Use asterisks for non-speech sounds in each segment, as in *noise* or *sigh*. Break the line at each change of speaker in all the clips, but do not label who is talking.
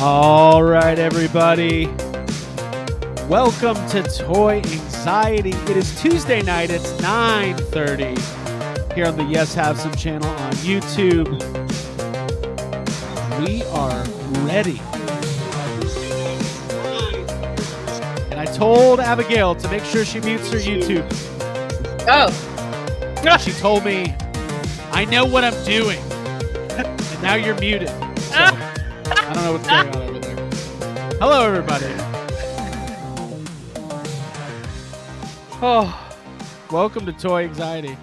All right, everybody. Welcome to Toy Anxiety. It is Tuesday night. It's 9.30 here on the Yes Have Some channel on YouTube. We are ready. And I told Abigail to make sure she mutes her YouTube.
Oh,
She told me, I know what I'm doing. *laughs* and now you're muted. So, I don't know what's going on over there. Hello, everybody. Oh, welcome to Toy Anxiety.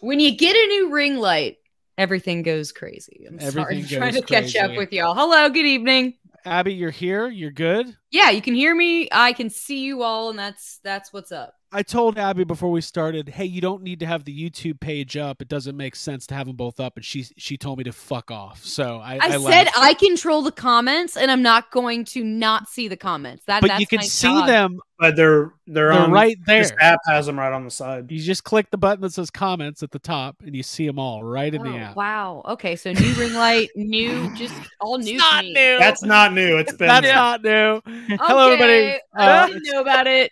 when you get a new ring light, everything goes crazy. I'm sorry,
Everything
I'm trying
goes
to catch up
crazy.
with y'all. Hello, good evening.
Abby, you're here. You're good.
Yeah, you can hear me. I can see you all, and that's that's what's up.
I told Abby before we started, hey, you don't need to have the YouTube page up. It doesn't make sense to have them both up. And she she told me to fuck off. So I,
I,
I
said
laughed.
I control the comments, and I'm not going to not see the comments. That
but
that's
you can
my
see
job.
them.
but they're they're,
They're
on
right there.
This app has them right on the side.
You just click the button that says comments at the top, and you see them all right in the
Oh,
app.
wow. Okay. So new ring light, new, just all new. to me.
That's not new. It's been
That's
there.
not new.
*laughs*
Hello, everybody.
Okay, I
Uh,
didn't know about it.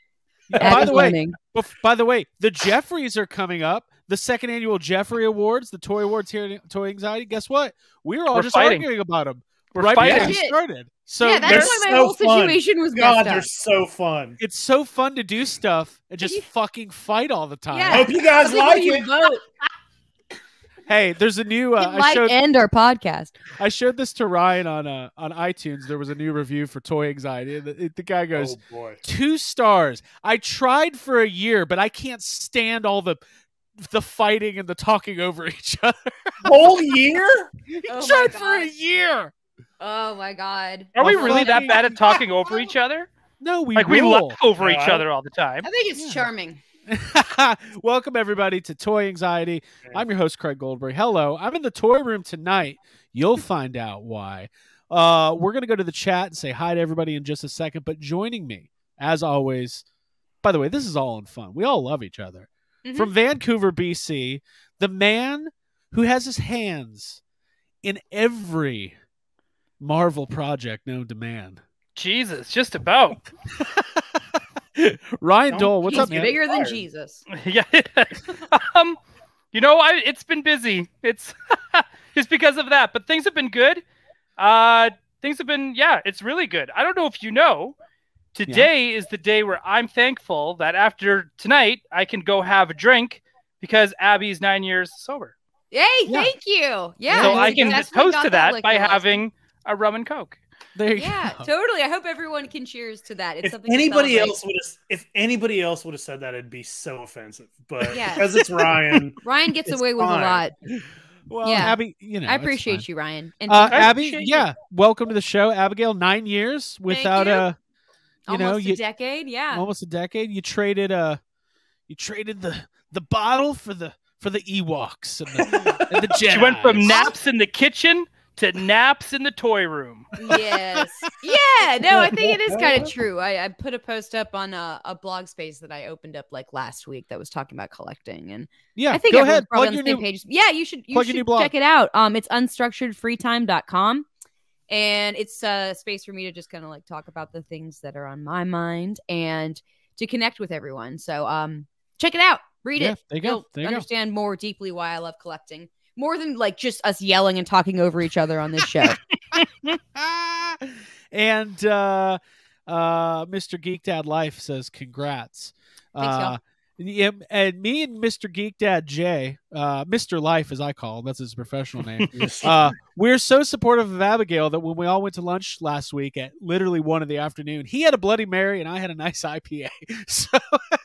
by
Abby's
the way,
learning.
bef- by the way, the Jeffries are coming up. The second annual Jeffrey Awards, the Toy Awards here at Toy Anxiety. Guess what? We were all
We're
just
fighting.
arguing about them
We're
right before
fighting.
we
Shit.
started. So
yeah,
they're
that's why my
so
whole
fun.
situation was
God,
messed
they're
up.
so fun.
it's so fun to do stuff and just
You-
fucking fight all the time.
Yeah.
I hope you guys
Something
like
where
it.
you vote.
*laughs* Hey, there's a new. Uh,
it
I
might
showed
end our podcast.
I showed this to Ryan on uh, on iTunes. There was a new review for Toy Anxiety. and The, the guy goes,
Oh boy.
two stars. I tried for a year, but I can't stand all the the fighting and the talking over *laughs* each other.
Whole year?
*laughs*
He *laughs*
Oh my
tried for a
gosh.
year.
Oh my god.
Are we
Well,
really
fuck
that
you.
bad at talking *laughs* over each other?
No, we
Like we
rule.
laugh over
No,
each
I-
other all the time.
I think it's charming.
*laughs* Welcome everybody to Toy Anxiety. I'm your host Craig Goldberg. Hello. I'm in the toy room tonight. You'll find out why. Uh, we're gonna go to the chat and say hi to everybody in just a second. But joining me, as always, by the way, this is all in fun. We all love each other.
Mhm.
From Vancouver, BC, the man who has his hands in every Marvel project known to man.
Jesus, just about. *laughs*
Ryan
Don't
Dole, what's
He's
up, man?
bigger than
Tired.
Jesus.
yeah. um, you know, I it's been busy. It's *laughs* it's because of that, but things have been good. Uh, things have been yeah, it's really good. I don't know if you know. Today is the day where I'm thankful that after tonight I can go have a drink because Abby's nine years sober.
Yay,
Yeah.
thank you. Yeah.
so
you
I can
successfully
toast
got
to that
liquor
by
license.
having *laughs* a rum and coke.
There you
Yeah,
go.
totally. I hope everyone can cheers to that. It's
If
something to
anybody
celebrate.
else would have if anybody else would have said that, it'd be so offensive. But
Yeah.
because
*laughs*
it's Ryan,
Ryan gets
It's
away with a
fine.
lot.
*laughs* Well,
Yeah.
Abby, you know, it's
I
fine.
appreciate you, Ryan. And
Uh,
thank
I
Abby,
appreciate
yeah, welcome to the show, Abigail. Nine years without
you.
a, you
almost
know,
a
you
decade.
*laughs*
Yeah.
almost a decade. You traded uh you traded the the bottle for the for the Ewoks and the, and the *laughs* Jedi.
She went from naps in the kitchen to naps in the toy room.
*laughs*
yes. Yeah. No, I think it is kind of true. I, I put a post up on a, a blog space that I opened up like last week that was talking about collecting and
Yeah,
I think
go
everyone's
ahead,
probably
plug your
on the same
new.
page. Yeah, you should you
plug your
should
new blog.
check it out. Um it's unstructuredfreetime.com and it's a space for me to just kind of like talk about the things that are on my mind and to connect with everyone. So um check it out. Read
Yeah,
it.
there you go.
You'll
There you go.
understand more deeply why I love collecting. More than like just us yelling and talking over each other
*laughs*
on this show.
Ah! *laughs* and uh, uh, Mr. Geek Dad Life says, "Congrats."
Thanks, y'all.
uh, yeah, and me and Mr. Geek Dad Jay, uh, Mr. Life as I call him, that's his professional
*laughs*
name. uh, we're so supportive of Abigail that when we all went to lunch last week at literally one in the afternoon, he had a Bloody Mary and I had a nice *laughs* IPA. So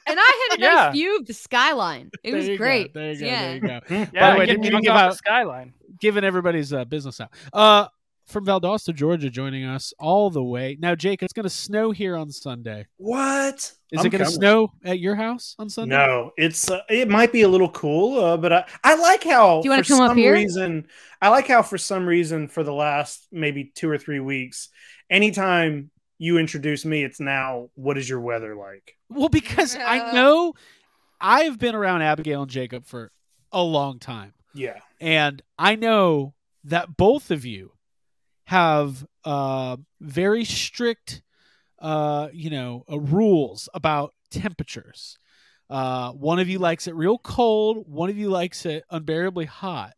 and I had a
Yeah.
nice view of the skyline. It
there
was
you go,
great.
there you go.
yeah.
There you go.
Yeah,
the way,
I get
didn't we
drunk
give
off
out-
the skyline.
giving everybody's uh, business out. Uh, from Valdosta, Georgia, joining us all the way. Now, Jake, it's going to snow here on Sunday.
What
Is
I'm
it going to
coming.
snow at your house on Sunday?
No, it's uh, it might be a little cool, uh, but I, I like how
Do you wanna
for
come up
some
here?
reason I like how for some reason for the last maybe two or three weeks, anytime you introduce me, it's now what is your weather like?
Well, because I
No.
know I've been around Abigail and Jacob for a long time.
Yeah,
And I know that both of you have uh, very strict, uh, you know, uh, rules about temperatures. Uh, one of you likes it real cold. One of you likes it unbearably hot.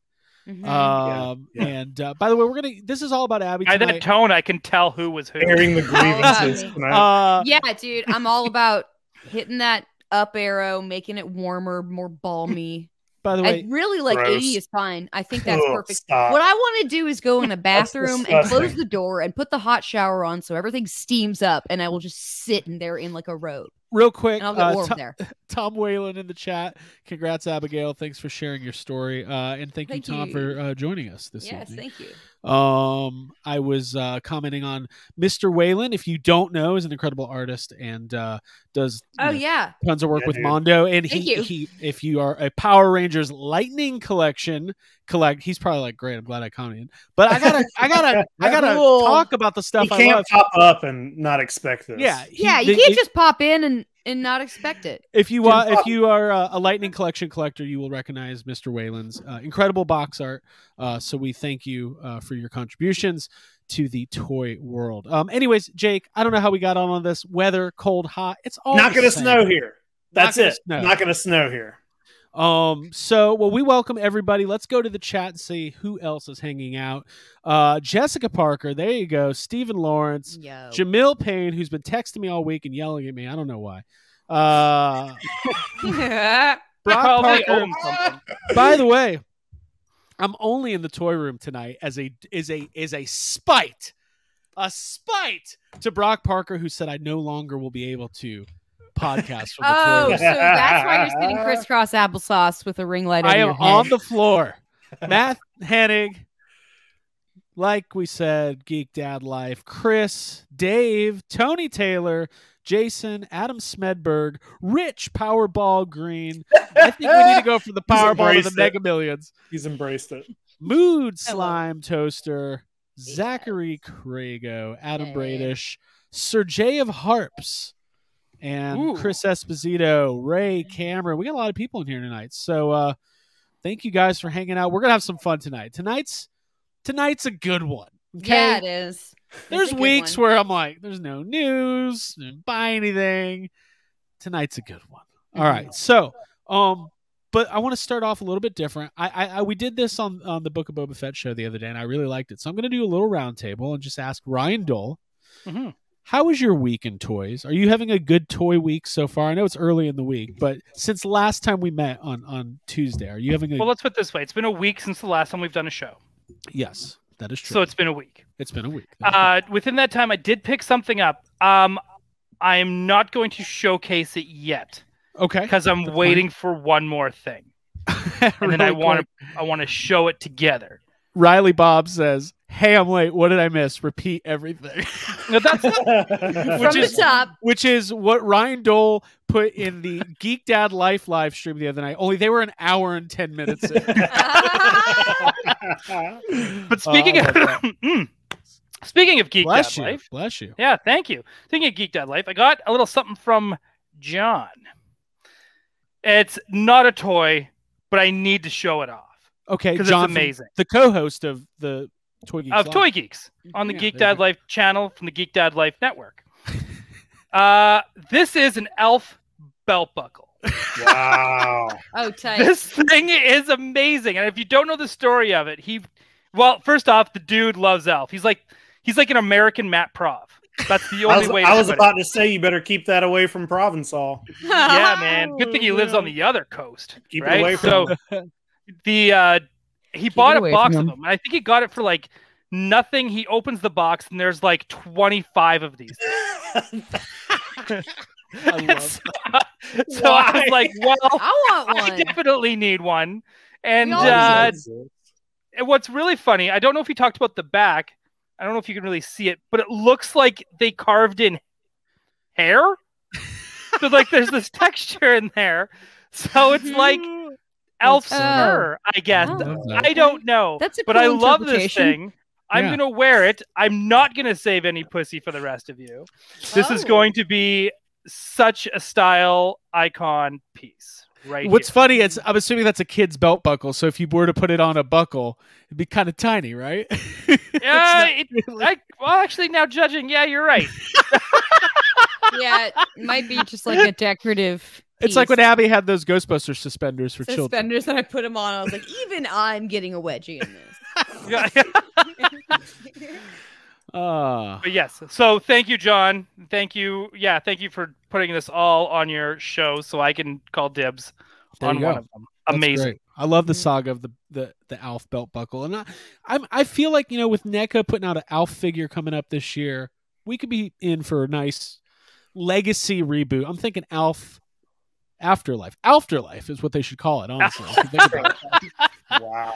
Mhm.
Um,
Yeah.
And uh, by the way, we're gonna. This is all about Abby
By that
tonight.
tone, I can tell who was who.
airing the grievances.
Alright.
tonight.
Uh,
yeah, dude, I'm all about hitting that up arrow, making it warmer, more balmy.
by *laughs* the
I
way,
really like
Gross.
80 is fine. I think that's
Ugh,
perfect.
stop.
What I want to do is go in a
*laughs* That's
bathroom and close
disgusting.
the door and put the hot shower on so everything steams up and I will just sit in there in like a robe
real quick,
and I'll get
uh,
warm
Tom,
there.
*laughs* Tom Whalen in the chat. Congrats, Abigail. Thanks for sharing your story, uh, and thank,
Thank
you, Tom,
you.
for uh, joining us this
Yes,
evening.
thank you.
Um, I was uh, commenting on Mr. Whalen. If you don't know, is an incredible artist and uh, does you
Oh
know,
yeah.
tons of work
Yeah,
with
dude.
Mondo. And
Thank
he,
you.
he, if you are a Power Rangers Lightning collection, collect. He's probably like, great. I'm glad I commented. But I gotta, I gotta,
*laughs*
I gotta
Cool.
talk about the
you
stuff I
can't
love.
pop up and not expect this.
Yeah, he-
Yeah, you
the-
can't
it-
just pop in and and not expect it.
If you uh,
Dude,
if
fuck.
you are uh, a Lightning Collection collector, you will recognize Mr. Whalen's uh, incredible box art. Uh, so we thank you uh, for your contributions to the toy world. Um, anyways, Jake, I don't know how we got on on this weather, cold, hot. It's all
not
the
gonna
same.
snow here. That's
gonna
it.
snow.
Not gonna snow here.
Um, so well, we welcome everybody. Let's go to the chat and see who else is hanging out. Uh, Jessica Parker, there you go. Stephen Lawrence,
Yo.
Jamil Payne, who's been texting me all week and yelling at me. I don't know why. Uh,
They
Brock Parker.
probably
*laughs*
owe him something.
By the way, I'm only in the toy room tonight as a is a is a spite, a spite to Brock Parker who said I no longer will be able to podcast from the toy
oh, so
room.
that's why
*laughs*
you're sitting crisscross applesauce with a ring light on
I am
your head.
on the
*laughs*
floor. Matt Hennig, like we said, Geek Dad Life, Chris, Dave, Tony Taylor, Jason, Adam Smedberg, Rich Powerball Green. I think we need to go for the Powerball or the
embraced it.
Mega Millions.
*laughs* He's embraced *laughs* it.
Mood
I love it.
Slime Toaster,
Yes.
Zachary Crago, Adam
Yeah.
Bradish, Sir Jay of Harps, and
Ooh.
Chris Esposito, Ray Cameron. We got a lot of people in here tonight. So uh thank you guys for hanging out. We're gonna have some fun tonight. Tonight's tonight's a good one. Okay.
Yeah, it is. It's
there's
a good
weeks
one.
where I'm like, there's no news, didn't buy anything. Tonight's a good one. All right. So, um, but I want to start off a little bit different. I, I, I we did this on on the Book of Boba Fett show the other day, and I really liked it. So I'm going to do a little roundtable and just ask Ryan Dole,
Mhm.
how was your week in toys? Are you having a good toy week so far? I know it's early in the week, but since last time we met on on Tuesday, are you having a
Well, let's put it this way: it's been a week since the last time we've done a show,
yes? That is true.
so it's been a week.
it's been a week.
Uh, within that time, I did pick something up. Um, I am not going to showcase it yet
okay. *laughs*
because I'm
That's fine.
waiting for one more thing, and then I
Really
want to I want to show it together.
Riley Bob says, "Hey, I'm late. What did I miss? Repeat everything." *laughs*
Now,
*laughs*
that's
from
which is-
the top. *laughs*
Which is what Ryan Dole put in the Geek Dad Life live stream the other night. Only they were an hour and ten minutes. *laughs* In.
but speaking
Uh, I
of *laughs* Mm. speaking of geek
bless
Dad
you,
life,
bless you.
yeah, thank you. Speaking of geek Dad life, I got a little something from John. It's not a toy, but I need to show it off.
Okay,
because
John,
it's amazing.
the co-host of the Toy Geeks
Of
Live.
Toy Geeks on the
Yeah,
Geek
there you
Dad
go.
Life channel from the Geek Dad Life
*laughs*
network. uh, this is an elf belt buckle.
wow.
Oh, tight.
This thing is amazing, and if you don't know the story of it, he, well, first off, the dude loves elf. He's like he's like an American Matt Prov. That's the
I
only
was,
way.
I
to
was
put it.
about to say you better keep that away from *laughs* Provençal.
*laughs*
yeah, man. Good thing he lives on the other coast.
Keep
right?
it away
so
from
*laughs* the uh he
it
bought a
away
box
from
of
him.
them. I think he got it for like nothing. He opens the box and there's like 25 of these.
I *laughs* love
*laughs* so I was like, well,
I want
I
one.
definitely need one. And
all
uh, and what's really funny, I don't know if you talked about the back. I don't know if you can really see it, but it looks like they carved in hair. so like there's this *laughs* texture in there.
*laughs*
So it's like elf's
Oh.
fur, I guess.
Oh.
Love that.
I don't know.
That's a
But
cool
I love this
interpretation.
thing. I'm
Yeah.
gonna wear it. I'm not gonna save any pussy for the rest of you. This is
Oh.
going to be such a style icon piece, right?
What's
here.
funny is I'm assuming that's a kid's belt buckle. So if you were to put it on a buckle, it'd be kind of tiny, right? *laughs* It's
Yeah,
not
it,
really-
I, well, actually, now judging, yeah, you're right.
*laughs* yeah, it might be just like a decorative.
it's like
piece.
when Abby had those Ghostbuster suspenders for children.
suspenders and I put them on. I was like, even I'm getting a wedgie in *laughs*
Yeah. *laughs*
this.
Ah,
But yes, so thank you, John. Thank you, yeah, thank you for putting this all on your show, so I can call dibs
There
on
you go.
one of them.
that's
Amazing.
great. I love the
Mhm.
saga of the the the Alf belt buckle, and I I'm, I feel like you know with NECA putting out an Alf figure coming up this year, we could be in for a nice legacy reboot. I'm thinking Alf Afterlife. Afterlife is what they should call it. Honestly, if you think about it.
wow.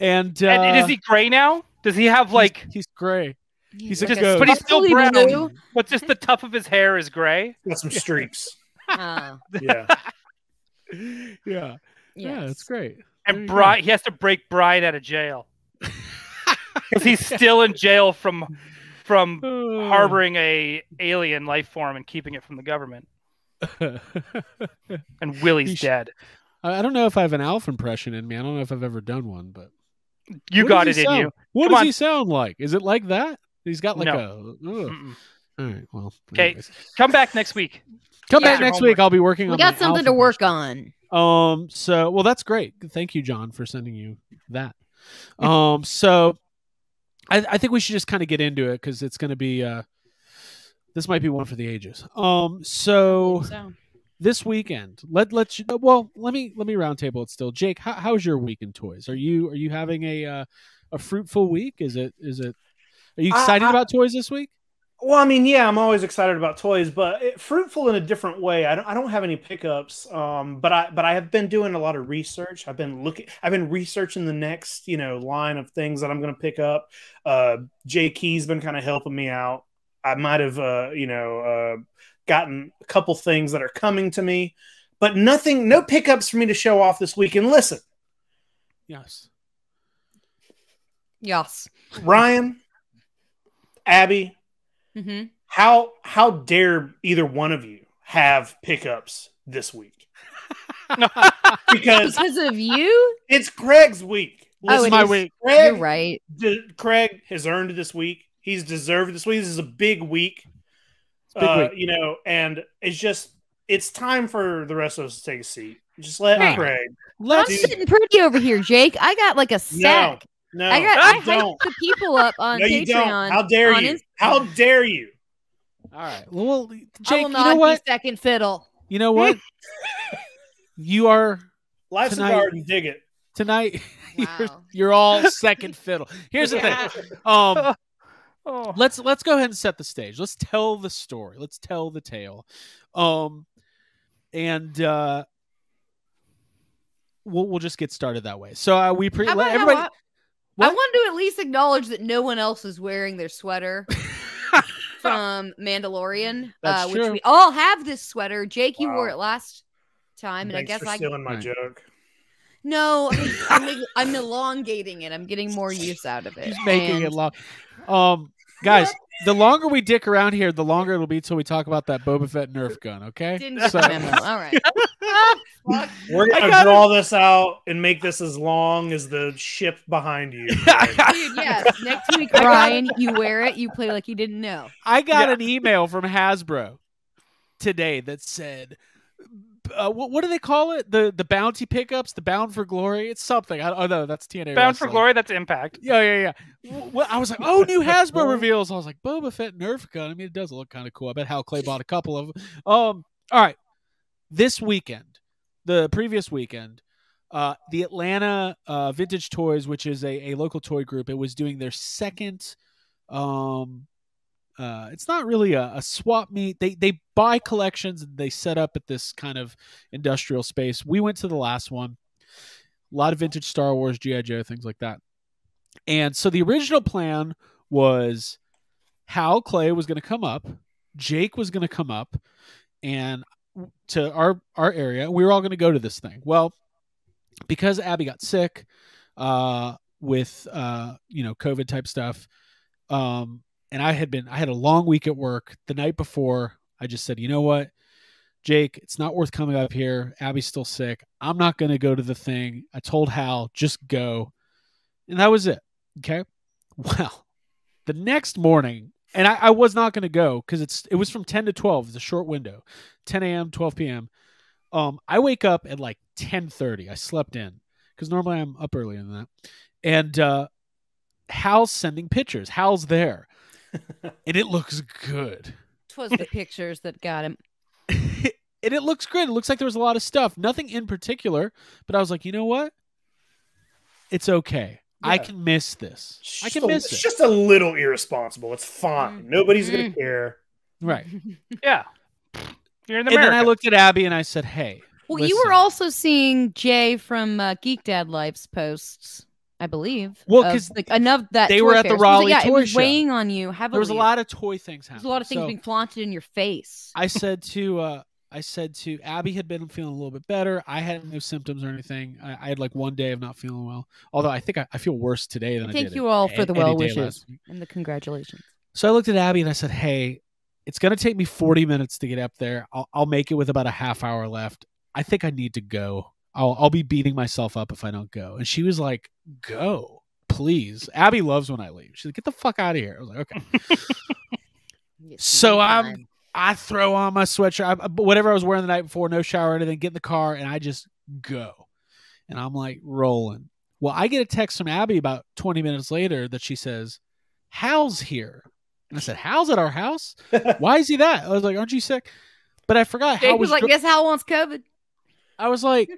and, uh,
And, and is he gray now? Does he have like?
he's, he's gray. He's a
Just-
ghost.
but he's still
Totally
brown.
blue.
But just the tuft of his hair is gray.
Got *laughs* some streaks.
Oh,
Yeah.
Yeah, yeah,
yes.
it's great. There
And
you go.
Brian, he has to break Brian out of jail *laughs* because he's still in jail from from
*laughs*
harboring a alien life form and keeping it from the government. And
You
Willie's
sh-
dead.
I I don't know if I have an Alf impression in me. I don't know if I've ever done one, but
You
What
got
does
it
he
in
sound-
you.
What
Come
does
on.
he sound like? Is it like that? He's got like a. ugh.
Mm-mm.
All right. Well.
'Kay.
anyways.
Come back next week.
Come
Yeah.
back next
Homework.
week. I'll be working
We
on.
got
my Alf
something to work
impression.
on.
Um. So well, that's great. Thank you, John, for sending you
*laughs*
that. Um. So, I I think we should just kind of get into it because it's going to be. uh This might be one for the ages. Um. So
So,
this weekend, let let you. Well, let me let me roundtable it still. Jake, how, how's your week in toys? Are you are you having a uh, a fruitful week? Is it is it? Are you
I-
excited
I-
about toys this week?
Well, I mean, yeah, I'm always excited about toys, but it, fruitful in a different way. I don't, I don't have any pickups, um, but I, but I have been doing a lot of research. I've been looking, I've been researching the next, you know, line of things that I'm going to pick up. Uh, Jay Key's been kind of helping me out. I might have, uh, you know, uh, gotten a couple things that are coming to me, but nothing, no pickups for me to show off this week. And listen,
Yes.
yes.
Ryan, Abby,
Mm-hmm.
how how dare either one of you have pickups this week
*laughs*
because
Because of you,
it's Craig's week.
Oh,
Listen,
it
my
is.
week.
you're
Craig,
right.
de- Craig has earned this week. He's deserved this week. This is a big week.
a big
Uh,
week.
You know, and it's just it's time for the rest of us to take a seat. Just let
Hey.
Craig.
I'm
Let's
Dude.
sitting pretty over here, Jake. I got like a sack.
No,
I got.
you
I
don't.
hyped the people
*laughs*
up on
no, you
Patreon.
don't. How dare
on
you?
Inst-
How dare you?
All right. Well,
I
Jake,
will
you
not
know what?
be second fiddle.
You know
*laughs*
what? you are
Life's
Tonight-
a garden. Dig it.
tonight. *laughs* You're,
Wow.
you're all
*laughs*
second fiddle. Here's the thing. Um,
Oh.
let's let's go ahead and set the stage. Let's tell the story. Let's tell the tale. Um, and uh, we'll we'll just get started that way. So uh, we pre-
How
let
about- how
everybody.
about- I
What?
wanted to at least acknowledge that no one else is wearing
*laughs*
their sweater from Mandalorian,
That's
uh, which
true.
we all have this sweater. Jake, you wore
Wow.
it last time, and
Thanks
I guess
for
I
stealing my
Right.
joke.
no,
*laughs*
I'm, I'm elongating it. I'm getting more use out of it.
He's making it
And-
long. Um, guys, the longer we dick around here, the longer it'll be till we talk about that Boba Fett Nerf gun. Okay.
Didn't get
So-
the memo. All right.
We're
I
gonna
gotta-
draw this out and make this as long as the ship behind you.
Dude, yes.
*laughs*
Next week, Ryan, you wear it. You play like you didn't know.
I got
Yeah.
an email from Hasbro today that said, uh, what, "What do they call it? The the bounty pickups, the Bound for Glory? It's something." I, oh no, that's TNA.
Bound for
wrestling.
Glory, that's Impact.
Yeah, yeah, yeah. Wh- wh- I was like, "Oh, new Hasbro reveals." I was like, "Boba Fett Nerf gun." I mean, it does look kind of cool. I bet Hal Clay bought a couple of 'em. Um, all right, this weekend, the previous weekend, uh, the Atlanta uh, Vintage Toys, which is a, a local toy group, it was doing their second. Um, uh, it's not really a, a swap meet. They they buy collections and they set up at this kind of industrial space. We went to the last one. A lot of vintage Star Wars, GI Joe, things like that. And so the original plan was Hal Clay was going to come up, Jake was going to come up, and to our our area, we were all going to go to this thing. Well, because Abby got sick uh, with uh, you know COVID type stuff, um, and I had been I had a long week at work the night before. I just said, you know what, Jake, it's not worth coming up here. Abby's still sick. I'm not going to go to the thing. I told Hal, just go. And that was it. Okay. Well, the next morning, and I, I was not going to go because it's it was from 10 to 12, it's a short window, 10 a.m., 12 p.m. Um, I wake up at like 10:30. I slept in because normally I'm up earlier than that. And uh, Hal's sending pictures. Hal's
*laughs*
there, and it looks good. *laughs*
Twas the pictures that got him.
and it looks good. It looks like there was a lot of stuff, nothing in particular, but I was like, you know what? It's okay. I
Yeah.
can miss this. I
Just
can
a-
miss
it's
it.
just a little irresponsible. It's fine.
Mm.
Nobody's gonna care.
right.
Yeah. You're in
And
America.
then
*laughs*
I looked at Abby and I said, hey.
Well, you
listen.
were also seeing Jay from uh, Geek Dad Life's posts, I believe.
Well,
of,
'cause
like enough that
they
toy
were at the
fairs.
Raleigh
yeah,
toy
it was
show.
weighing on you heavily.
There was a lot of toy things happening.
There's a lot of things
So
being flaunted in your face.
*laughs* I said to uh I said to Abby had been feeling a little bit better. I had no symptoms or anything. I, I had like one day of not feeling well. Although I think I, I feel worse today than I,
Thank
did
you
a-
all for the
any day
well
last
wishes
week.
and the congratulations.
So I looked at Abby and I said, "Hey, it's going to take me 40 minutes to get up there. I'll, I'll make it with about a half hour left. I think I need to go. I'll, I'll be beating myself up if I don't go." And she was like, "Go, please." Abby loves when I leave. She's like, "Get the fuck out of here." I was like, "Okay."
Yes,
So um, I'm-
fine.
I throw on my sweatshirt, I, but whatever I was wearing the night before, no shower or anything, get in the car and I just go. And I'm like rolling. Well, I get a text from Abby about 20 minutes later that she says, Hal's here. And I said, Hal's at our house? Why is he that? I was like, Aren't you sick? But I forgot.
Jake
Hal
was
was
like,
dri-
"Guess how wants COVID."
*laughs* I was like,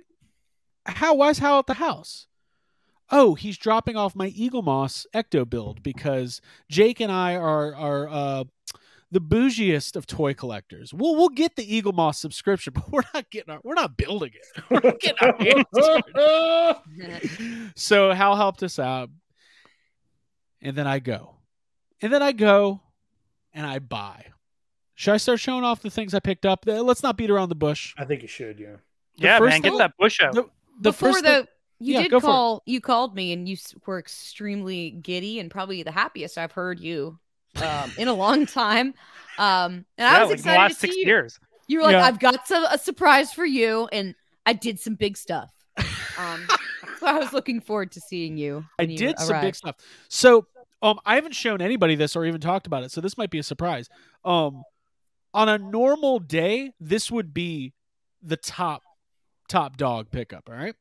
How? Why is Hal at the house? Oh, he's dropping off my Eagle Moss Ecto build because Jake and I are are uh, the bougiest of toy collectors. We'll we'll get the Eagle Moss subscription, *laughs* but we're not getting our, we're not building it. We're not getting our
*laughs*
hands on it. *laughs* So Hal helped us out, and then I go, and then I go, and I buy. Should I start showing off the things I picked up? Let's not beat around the bush.
*laughs* I think you should. Yeah.
yeah,
first
man, get
thing-
that bush out.
the- The
Before
first thing-
though, you
Yeah, go
did
for it.
call. You called me, and you s- were extremely giddy and probably the happiest I've heard you um, in a long *laughs* time. Um, and
yeah,
I was
like in the
excited
last
to see
six
you.
years.
You were like,
Yeah.
"I've got some, a surprise for you," and I did some big stuff.
*laughs*
Um, so I was looking forward to seeing you.
I
when you
did some big
arrived.
stuff. So um, I haven't shown anybody this or even talked about it, so this might be a surprise. Um, on a normal day, this would be the top top dog pickup. All right,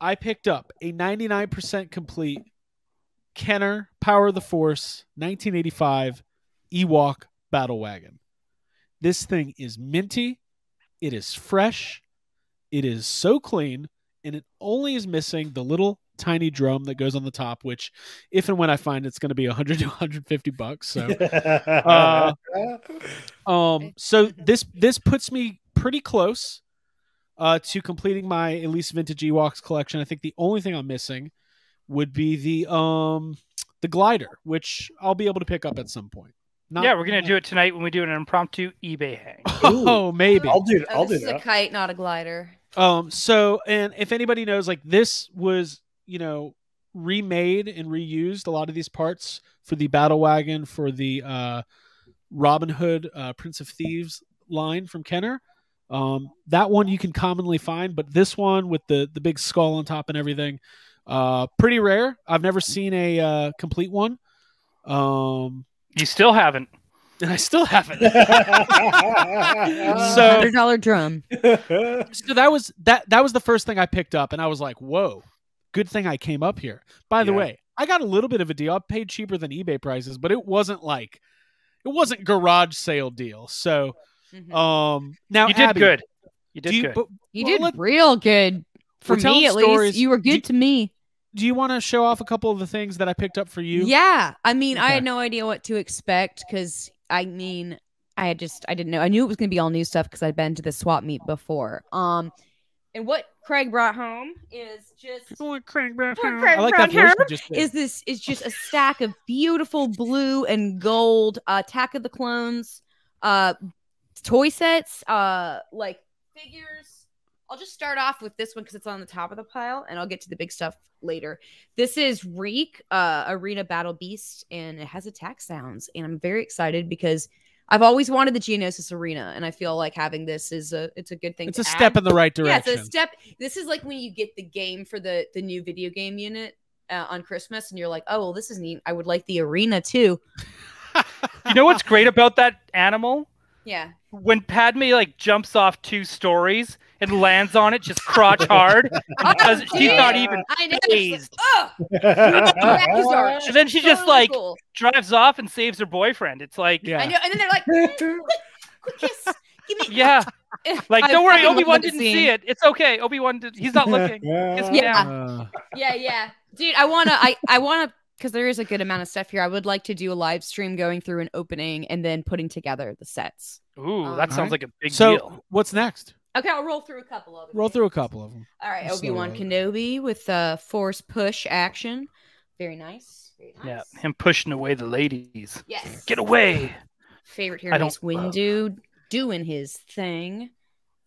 I picked up a 99% complete Kenner Power of the Force 1985 Ewok Battle Wagon. This thing is minty. It is fresh. It is so clean and it only is missing the little tiny drum that goes on the top, which, if and when I find, it's going to be 100 to 150 bucks.
*laughs*
So, Uh, um, so this this puts me pretty close uh, to completing my at least vintage Ewoks collection. I think the only thing I'm missing would be the um the glider, which I'll be able to pick up at some point. Not-
yeah, we're gonna do it tonight when we do an impromptu eBay hang. *laughs*
Oh, maybe.
I'll do.
Oh,
I'll do
this is a
that.
kite, not a glider.
Um, so and if anybody knows, like this was, you know, remade and reused a lot of these parts for the battle wagon for the uh Robin Hood uh Prince of Thieves line from Kenner. Um that one you can commonly find, but this one with the the big skull on top and everything, uh pretty rare. I've never seen a uh complete one. Um
You still haven't.
and I still haven't.
Uh,
So-
hundred dollar
*laughs*
drum.
*laughs*
so that was that that was the first thing I picked up, and I was like, "Whoa, good thing I came up here." By the
Yeah.
way, I got a little bit of a deal. I paid cheaper than eBay prices, but it wasn't like it wasn't garage sale deal. So,
Mhm.
um, now
you did
Abby,
good. You
Do
did
you,
good.
but
you
well,
did
let-
real good for
we're telling
me, at
stories.
least. You were
Do-
good to me.
do you want to show off a couple of the things that I picked up for you?
Yeah. I mean, I
Okay.
had no idea what to expect because I mean, I had just I didn't know. I knew it was gonna be all new stuff because I'd been to the swap meet before. Um, And what Craig brought home is just
I like that voice you just did.
is this is just a stack of beautiful blue and gold uh, Attack of the Clones uh, toy sets, uh, like figures. I'll just start off with this one because it's on the top of the pile, and I'll get to the big stuff later. This is Reek uh, Arena Battle Beast, and it has attack sounds, and I'm very excited because I've always wanted the Geonosis Arena, and I feel like having this is a it's a good thing.
it's a
to add.
step in the right direction.
Yeah, it's a step. This is like when you get the game for the the new video game unit uh, on Christmas, and you're like, oh well, this is neat. I would like the arena too.
You know what's great about that animal?
Yeah,
When Padme like jumps off two stories and lands on it,
*laughs*
just crotch hard because
*laughs*
she's not even
I know. She's
phased.
like,
*laughs*
oh, Ragnarok.
And then she just
Totally
like
cool.
drives off and saves her boyfriend. It's like,
Yeah.
I know. And then they're like, mm, quick, quick kiss. Give me.
*laughs* yeah,
*laughs*
like
I
don't worry,
fucking love
Obi Wan
the
didn't
scene.
see it. It's okay, Obi Wan. Did-
*laughs*
he's not looking. *laughs* Kiss me
Yeah.
now.
Uh,
Yeah, yeah, dude. I wanna. I I wanna. Because there is a good amount of stuff here. I would like to do a live stream going through an opening and then putting together the sets.
Ooh,
Alright.
that sounds like a big
so
deal.
what's next?
Okay, I'll roll through a couple of them.
Roll
here.
through a couple of them.
All right,
Just
Obi Wan
so-
Kenobi with uh, force push action. Very nice. Very
Yeah,
nice.
him pushing away the ladies.
Yes.
Get away.
Favorite
I
hero
don't- uh,
is Windu doing his thing.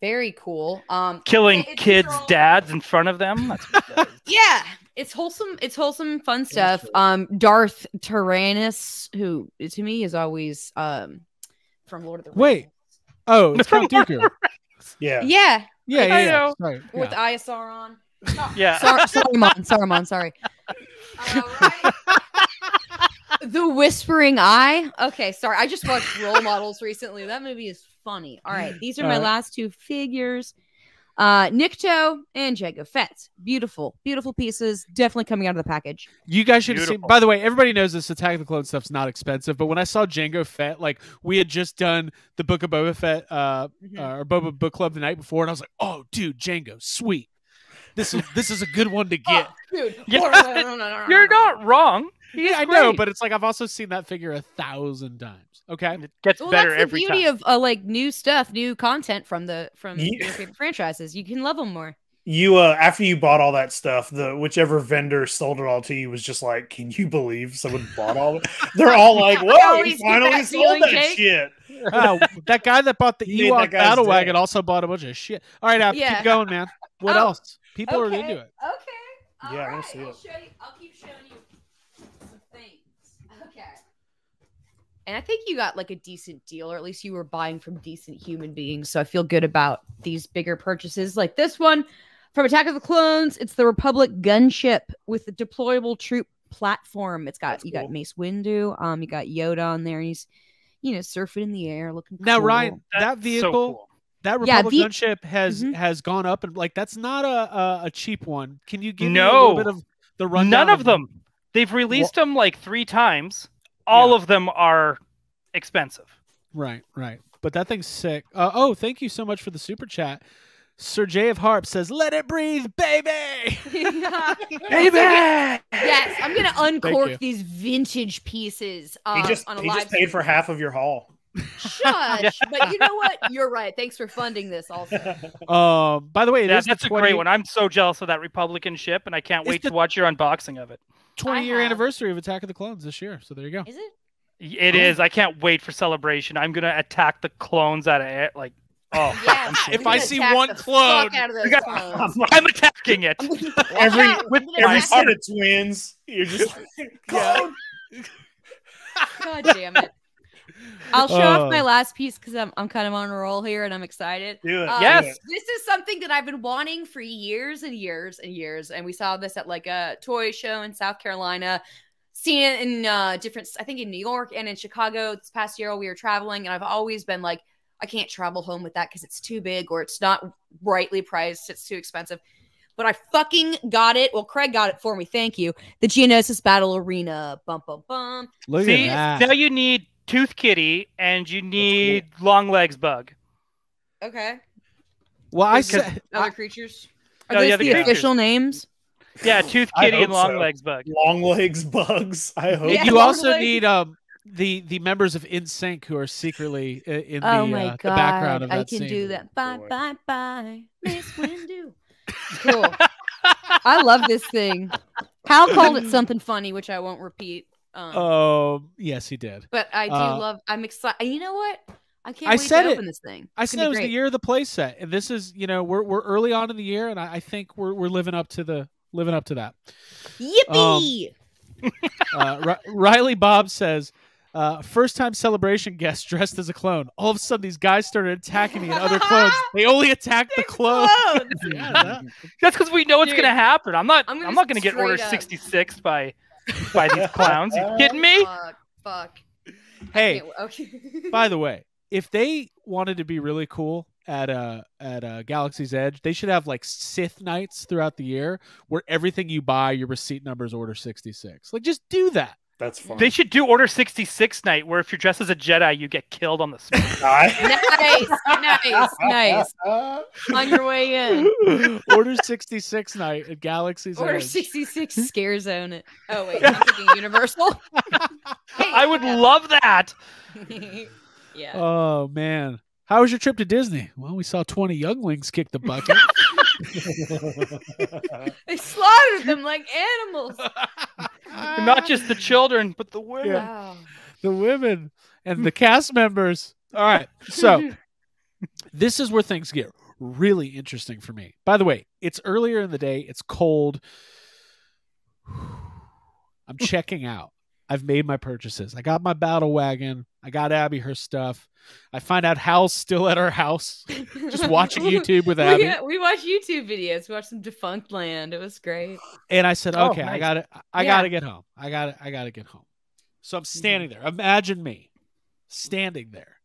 Very cool. Um,
Killing
It- it's
kids'
controlled.
dads in front of them. That's what he does.
yeah, it's wholesome. It's wholesome, fun stuff. Um, Darth Tyrannus, who to me is always um from Lord of the Rings.
Wait. Oh,
*laughs*
it's
From
Count Dooku.
Yeah.
Yeah,
Yeah, yeah,
I
yeah.
know.
Sorry.
with
yeah.
Isauron. Sar-
*laughs* Yeah.
Sar- Saruman. Saruman. Sorry. All right. The Whispering Eye. Okay, sorry. I just watched Role Models recently. That movie is funny. All right, these are
All
my
right.
last two figures. Uh Nikto and Jango Fett. Beautiful, beautiful pieces. Definitely coming out of the package.
You guys should have seen.
Beautiful.
By the way, everybody knows this Attack of the Clone stuff's not expensive, but when I saw Django Fett, like we had just done the Book of Boba Fett uh,
Mm-hmm.
uh, or Boba Book Club the night before, and I was like, "Oh, dude, Django, sweet. This is this is a good one
*laughs*
to get."
Oh, dude.
Yeah.
No, no, no, no, no, no,
You're
no.
not wrong. He's
yeah, I know,
great.
but it's like I've also seen that figure a thousand times. Okay,
*laughs* And it gets
Well,
better
that's the
every
beauty
time.
of uh, like new stuff, new content from the from
Ye-
your favorite franchises. You can love them more.
You uh after you bought all that stuff, the whichever vendor sold it all to you was just like, Can you believe someone bought all it? They're all like, Whoa,
always
we
get
finally
that
sold
feeling,
that
Jake.
shit.
Uh, that guy that bought the
*laughs*
You made that
Ewok
guy's
battle
day.
wagon also bought a bunch of shit. All right, Ab,
Yeah.
keep going, man. What
Oh,
else? People are into it.
Okay.
Yeah, I wanna see
I'll
it.
show you. I'll keep showing you some things. Okay. And I think you got like a decent deal, or at least you were buying from decent human beings. So I feel good about these bigger purchases, like this one from Attack of the Clones. It's the Republic gunship with the deployable troop platform. It's got
That's
you
cool.
got Mace Windu, um, you got Yoda on there. He's you know surfing in the air, looking.
Now,
cool. *laughs*
*laughs*
Ryan,
That's
that
so
vehicle,
cool.
that
Yeah,
Republic
the-
gunship has
Mhm.
has gone up, and like that's not a a, a cheap one. Can you give me a
No.
little bit of the rundown?
None of them. They've released them like three times. All
Yeah.
of them are expensive.
Right, right. But that thing's sick. Uh, oh, thank you so much for the super chat. Sir J of Harp says, "Let it breathe,
*laughs*
baby."
Baby!
Yes, I'm gonna
you.
uncork these vintage pieces um,
He just
on a
he
live
just paid for
stream.
half of your haul.
Shush, but you know what? You're right. Thanks for funding this. Also,
Um, by the way, it
yeah,
is the
that's a
20
great one. I'm so jealous of that Republican ship, and I can't
It's
wait
the-
to watch your unboxing of it.
Twenty year
have.
anniversary of Attack of the Clones this year. So there you go.
is it?
Y-
Oh.
It is. I can't wait for celebration. I'm gonna attack the clones out of it. Like, oh,
Yeah.
I'm so
If
I'm
I
gonna
see
attack
one
the fuck
clone,
out of those
we
*laughs*
got-
clones.
I'm attacking it.
I'm gonna-
Oh. Every-
Watch out,
with
I'm gonna
Every
attack
set of twins, you're just *laughs* like,
Yeah.
it. *laughs* God damn it! I'll show off my
Oh.
last piece because I'm I'm kind of on a roll here and I'm excited.
do it.
Um,
do it.
Yes.
This is something that I've been wanting for years and years and years. And we saw this at like a toy show in South Carolina, seen it in uh, different, I think in New York and in Chicago this past year, we were traveling. And I've always been like, I can't travel home with that because it's too big or it's not rightly priced. It's too expensive. But I fucking got it. Well, Craig got it for me. Thank you. The Geonosis Battle Arena. Bum, bum, bum.
Look
See,
at
now
that.
you need Tooth Kitty and you need Long Legs Bug.
Okay.
Well, I
Is it-
*laughs*
said
Other creatures. Are
No, the
those
other
the
creatures.
official names?
Yeah, Tooth
I
Kitty
hope
and Long
so. *laughs*
Legs Bug.
Long legs bugs. I hope
Yeah.
you also
totally.
need um the the members of InSync who are secretly i- in the,
oh my
uh,
god
the background of that
i can
scene.
do that bye
*laughs*
Boy.
bye bye miss windu Cool. I love this thing. Hal called it something funny, which I won't repeat. Um,
Um, yes, he did.
but I do
uh,
love. I'm excited. You know what? I can't.
I
wait
said
to
it.
open this thing.
I
It's
said
gonna
it
be
was the
great.
year of the play set. And this is, you know, we're we're early on in the year, and I, I think we're we're living up to the living up to that. Um,
Yippee! *laughs*
Uh, Ri- Riley Bob says, uh, first time celebration guest dressed as a clone. All of a sudden, these guys started attacking me and other
*laughs*
clones. They only attacked the clone. Yeah, that-
That's because we know it's
Dude,
gonna happen. I'm not.
I'm
I'm,
gonna
not gonna get
straight
order
up-
66 by by these clowns. You kidding
*laughs*
me?
Fuck. Oh, Fuck.
hey,
Can't- Okay.
*laughs* by the way, if they wanted to be really cool at uh at uh Galaxy's Edge, they should have like Sith nights throughout the year where everything you buy, your receipt number is order sixty six. Like just do that.
That's fun.
They should do Order 66 night, where if you're dressed as a Jedi, you get killed on the spot.
I-
nice, *laughs* nice, nice.
*laughs*
On your way in.
order sixty six night at Galaxy's
Order
Edge.
66 scare zone it.
*laughs*
Oh wait, I'm thinking Universal. Hey,
I would
yeah.
love that.
yeah.
oh man. How was your trip to Disney? Well, we saw 20 younglings kick the bucket.
They slaughtered them like animals.
Not just the children, but the women.
*laughs* Yeah.
Wow.
the women and the cast members. All right.
*laughs*
So this is where things get really interesting for me. By the way, it's earlier in the day, it's cold. *sighs* I'm checking out. I've made my purchases. I got my battle wagon. I got Abby her stuff. I find out Hal's still at our house, just
*laughs*
watching YouTube with Abby.
We, we watched YouTube videos. We watched some Defunct Land. It was great.
And I said,
Oh,
okay, I
nice.
got it. I
Yeah.
got to get home. I got to I got to get home. So I'm
Mm-hmm.
standing there. Imagine me standing there.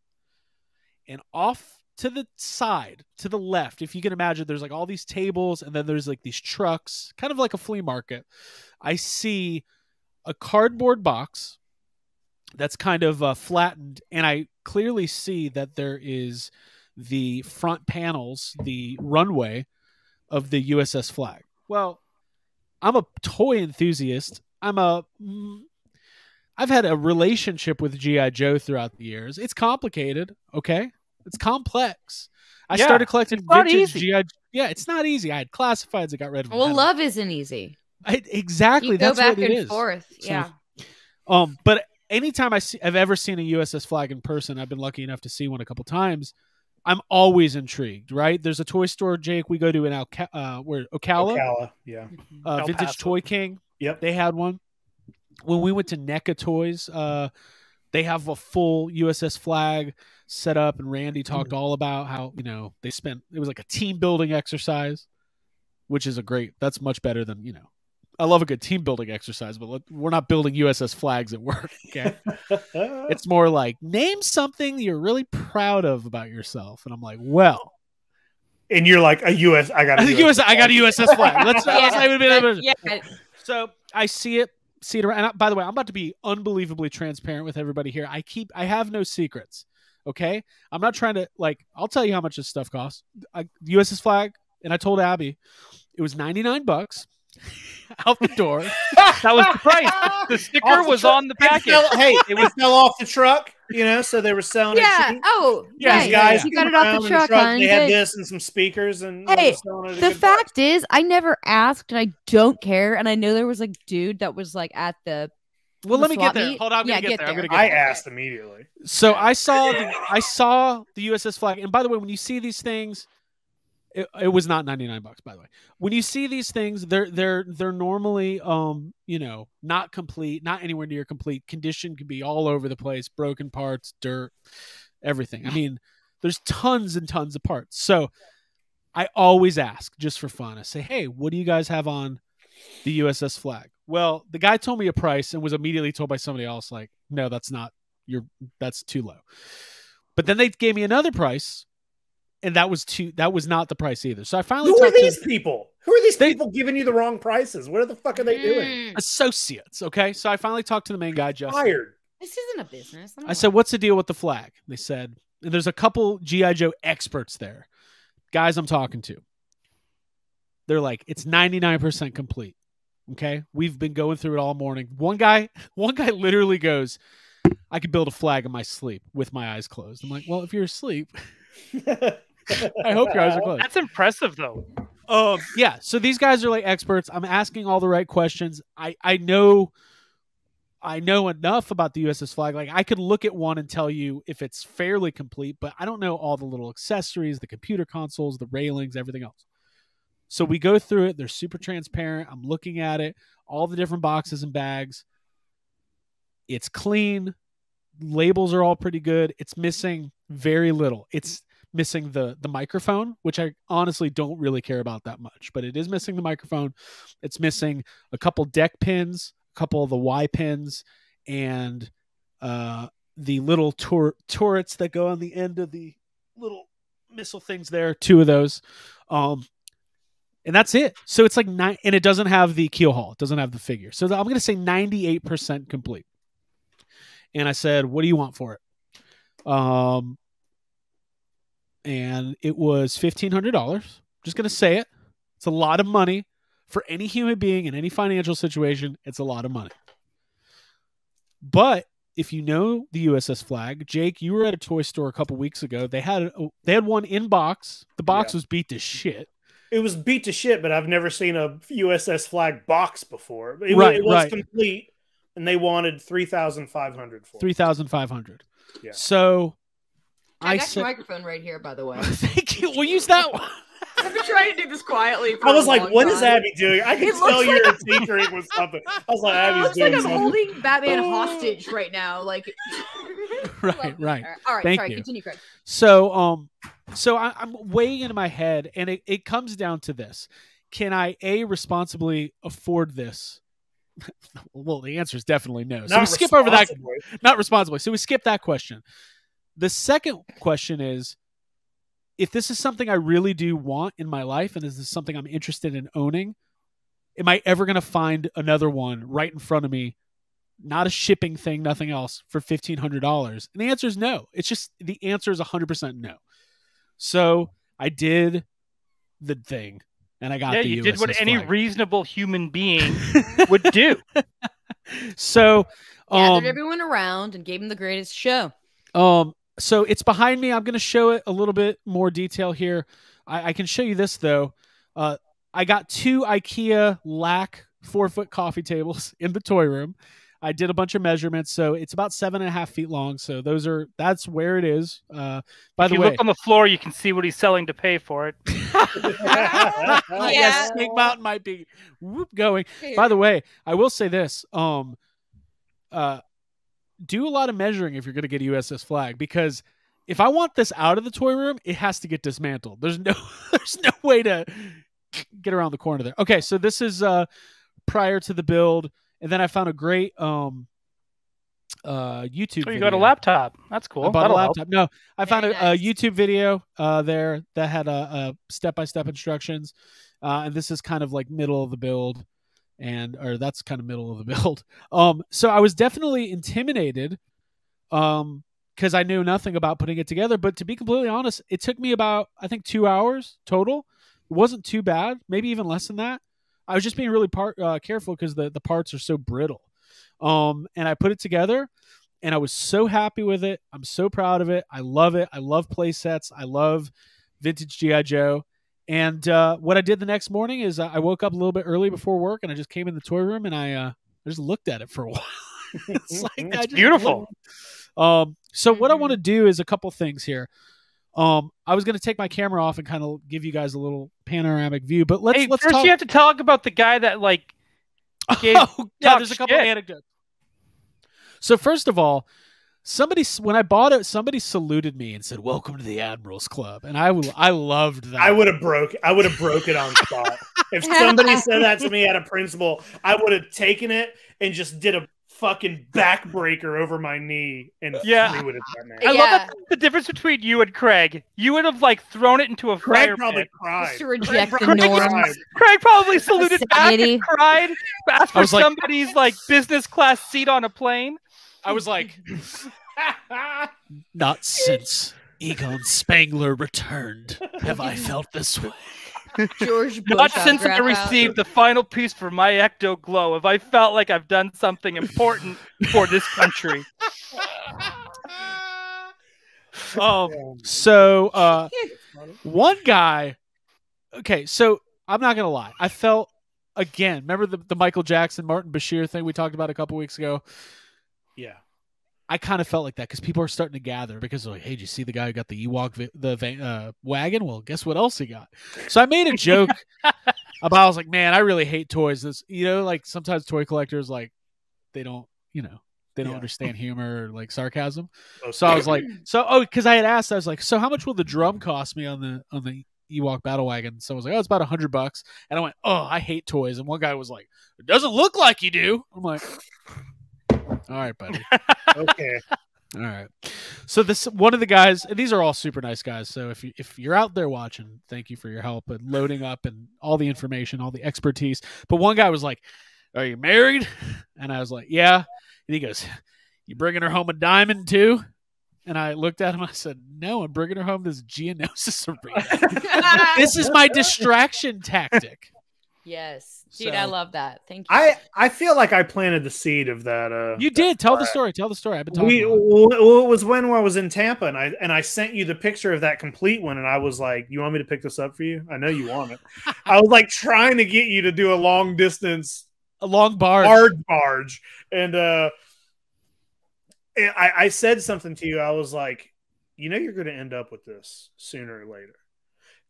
And off to the side, to the left, if you can imagine, there's like all these tables and then there's like these trucks, kind of like a flea market. I see a cardboard box that's kind of uh, flattened. And I clearly see that there is the front panels, the runway of the USS flag. Well, I'm a toy enthusiast. I'm a. mm, I've had a relationship with GI Joe throughout the years. It's complicated, okay? It's complex. I
Yeah,
started collecting
not
vintage
easy.
GI. Yeah, it's not easy. I had classifieds. I got rid of. them. I
Oh, Well,
had-
love isn't easy.
I, exactly.
You go
That's
back
what it
and
is.
forth.
So-
yeah.
Um, but anytime I see, I've ever seen a USS flag in person, I've been lucky enough to see one a couple times. I'm always intrigued, right? There's a toy store, Jake, we go to in Alca- uh, where Ocala,
Ocala, Yeah.
Uh,
El
Vintage
Paso.
Toy King.
Yep.
They had one. When we went to NECA Toys, uh, they have a full USS flag set up, and Randy talked all about how you know they spent. It was like a team building exercise, which is a great. That's much better than you know. I love a good team building exercise, but let, we're not building USS flags at work. Okay,
*laughs*
it's more like name something you're really proud of about yourself, and I'm like, well,
and you're like a US. I got
I
a
*laughs* think US, I got a USS flag. Let's, let's not even be
but- yeah.
so I see it, see it around. And I- by the way, I'm about to be unbelievably transparent with everybody here. I keep, I have no secrets. Okay, I'm not trying to like. I'll tell you how much this stuff costs. I, USS flag, and I told Abby, it was 99 bucks *laughs* out the door.
*laughs* That was the price.
Uh,
The sticker
Off the
was
truck.
on the
It
package.
fell, hey,
It
it
was-
was fell off the truck, you know, so they were selling
Yeah.
it cheap.
Oh,
Yeah,
right.
These guys
you got it
came
off
around
the
in
truck, hon.
They had
Good.
this and some speakers and
Hey,
they were selling it at a
the
good
fact is i never asked and i don't care and i know there was like dude that was like at the
Well,
The
let me
swap
get there.
meet?
Hold on, I'm
Yeah,
gonna get,
get
there. I'm
there.
gonna
price.
get
I
there.
asked immediately.
So I saw the I saw the USS flag, and by the way, when you see these things, it, it was not ninety nine bucks. By the way, when you see these things, they're they're they're normally um you know not complete, not anywhere near complete. Condition could be all over the place, broken parts, dirt, everything. I mean, there's tons and tons of parts. So I always ask just for fun. I say, hey, what do you guys have on the USS flag? Well, the guy told me a price and was immediately told by somebody else, like, no, that's not your that's too low. But then they gave me another price, and that was too that was not the price either. So I finally
Who are
talked
these
to
people? Who are these
They-
people giving you the wrong prices? What the fuck are they doing?
Mm,
associates. Okay. So I finally talked to the main guy, Justin.
Fired.
this isn't a business I'm
I
not-
said, "What's the deal with the flag?" They said, and "There's a couple GI Joe experts there, guys. I'm talking to. They're like, it's 99% complete. Okay, we've been going through it all morning. One guy, *laughs* one guy literally goes, "I could build a flag in my sleep with my eyes
*laughs*
closed." I'm like, "Well, if you're asleep, *laughs* I hope your eyes are closed."
That's impressive, though.
um, yeah. So these guys are like experts. I'm asking all the right questions. I I know, I know enough about the USS Flag. Like I could look at one and tell you if it's fairly complete, but I don't know all the little accessories, the computer consoles, the railings, everything else. So we go through it. They're super transparent. I'm looking at it, all the different boxes and bags. It's clean. Labels are all pretty good. It's missing very little. It's missing the the microphone, which I honestly don't really care about that much, but it is missing the microphone. It's missing a couple deck pins, a couple of the Y pins, and uh, the little tur- turrets that go on the end of the little missile things there. Two of those. Um, and that's it. So it's like nine, and it doesn't have the keel haul. It doesn't have the figure. So I'm going to say 98% complete. And I said, what do you want for it? Um, and it was $1,500. Just going to say it. It's a lot of money for any human being in any financial situation. It's a lot of money. But if you know the USS flag, Jake, you were at a toy store a couple weeks ago. They had a, they had one in box. The box was beat to shit.
It was beat to shit, but I've never seen a USS flag box before. It, wa-
Right,
it was
right.
complete, and they wanted three thousand five hundred for it.
three thousand five hundred.
Yeah.
So *laughs*
I,
I
got
said,
your microphone right here, by the way.
"Thank you. We'll use that one."
I've been trying to do this quietly. For
I was
a
like,
long
"What is
time.
Abby doing?" I
It
can
looks
tell
like-
you're tinkering with something. I was like,
It
"Abby's
looks
doing
like I'm
something."
holding *laughs* Batman hostage right now. *laughs* Like, uh,
Right, right.
All right,
Thank
sorry.
you.
Continue, Craig.
So, um, so I, I'm weighing into my head, and it, it comes down to this: Can I a responsibly afford this? *laughs* well, the answer is definitely no. So we
Not
skip over that.
responsibly.
Not responsibly. So we skip that question. The second question is. If this is something I really do want in my life and this is something I'm interested in owning, am I ever going to find another one right in front of me? Not a shipping thing, nothing else for fifteen hundred dollars. And the answer is no. It's just the answer is hundred percent no. So I did the thing, and I got
yeah,
the
you did what
USS
any
flag.
reasonable
*laughs*
human being would do.
so um,
Gathered everyone around and gave him the greatest show.
Um, so it's behind me. I'm going to show it a little bit more detail here. I, I can show you this though. Uh, I got two IKEA lac four foot coffee tables *laughs* in the toy room. I did a bunch of measurements, so it's about seven and a half feet long. So those are that's where it is. Uh, *laughs* by
if
the
you
way, *laughs*
*laughs* look on the floor, you can see what he's selling to pay for it.
Yeah.
*laughs*
*laughs*
I guess Snake Mountain might be whoop going. By the way, I will say this. Um uh do a lot of measuring if you're gonna get a USS flag because if I want this out of the toy room, it has to get dismantled. There's no *laughs* there's no way to get around the corner there. Okay, so this is uh prior to the build, and then I found a great um uh YouTube
So Oh, you
video.
got a laptop. That's cool.
I bought a
That'll help.
laptop. No, I found
Very
a,
nice.
a YouTube video uh, there that had a, a step-by-step instructions, uh, and this is kind of like middle of the build, and or that's kind of middle of the *laughs* build. Um, so I was definitely intimidated, um, because I knew nothing about putting it together. But to be completely honest, it took me about I think two hours total. It wasn't too bad, maybe even less than that. I was just being really par- uh, careful because the the parts are so brittle. Um, and I put it together and I was so happy with it. I'm so proud of it. I love it. I love play sets. I love vintage GI Joe. And uh, what I did the next morning is I I woke up a little bit early before work, and I just came in the toy room and I, uh, I just looked at it for a *laughs* while. it's like I just
Mm-hmm. Beautiful. Mm-hmm.
um, so what I
Mhm.
want to do is a couple things here. Um, I was going to take my camera off and kind of give you guys a little panoramic view, but let's
hey,
let's
first
talk.
you have to talk about the guy
*laughs*
that like *laughs* gave
oh, yeah,
talk
there's a couple
shit.
anecdotes. So first of all, somebody s- when I bought it, somebody saluted me and said, "Welcome to the Admirals Club," and I w- I loved that.
I would have broke. I would have broke it on spot.
*laughs*
if somebody said that to me at a principal, I would have taken it and just did a fucking backbreaker over my knee and
Yeah.
threw it at that man.
I love
Yeah.
that the difference between you and Craig. You would have like thrown it into a
Craig
fire
probably
pit.
cried.
Just to reject the
Craig
norms.
cried.
*laughs*
Craig probably saluted back
Society.
and cried, asked
I
for
was like-
somebody's like business class seat on a plane.
I was like, "Not since Egon Spangler returned have I felt this way."
George Bush.
Not since I
autograph *laughs*
received the final piece for my ecto glow have I felt like I've done something important for this country.
Um, so uh,
out.
one guy uh, okay so I'm not gonna lie. I felt again. Remember the, the Michael Jackson, Martin Bashir thing we talked about a couple weeks ago.
Yeah.
I kind of felt like that because people are starting to gather because they're like, "Hey, did you see the guy who got the Ewok vi- the va- uh, wagon? Well, guess what else he got." So I made a joke
*laughs*
about I was like, "Man, I really hate toys." This, you know, like sometimes toy collectors like they don't, you know, they don't
Yeah.
understand humor or like sarcasm.
Oh,
So I *laughs* was like, so oh, because I had asked, I was like, so how much will the drum cost me on the on the Ewok battle wagon? So I was like, oh, it's about a hundred bucks. And I went, oh, I hate toys. And one guy was like, it doesn't look like you do. I'm like, all right, buddy,
okay.
all right. So this one of the guys, and these are all super nice guys. So if you if you're out there watching, thank you for your help and loading up and all the information, all the expertise. But one guy was like, are you married? And I was like, yeah. And he goes, you bringing her home a diamond too? And I looked at him. I said, "No, I'm bringing her home this Geonosis *laughs* arena. this is my distraction tactic."
yes, dude,
So-
I love that. Thank you.
I I feel like I planted the seed of that. Uh,
You did tell the story. Tell the story. I've been talking.
We,
about it.
well, it was when I was in Tampa, and I and I sent you the picture of that complete one, and I was like, "You want me to pick this up for you? I know
*laughs*
you want it." I was like trying to get you to do a long distance
a long bar.
hard barge, and uh, and I, I said something to you. I was like, "You know, you're going to end up with this sooner or later."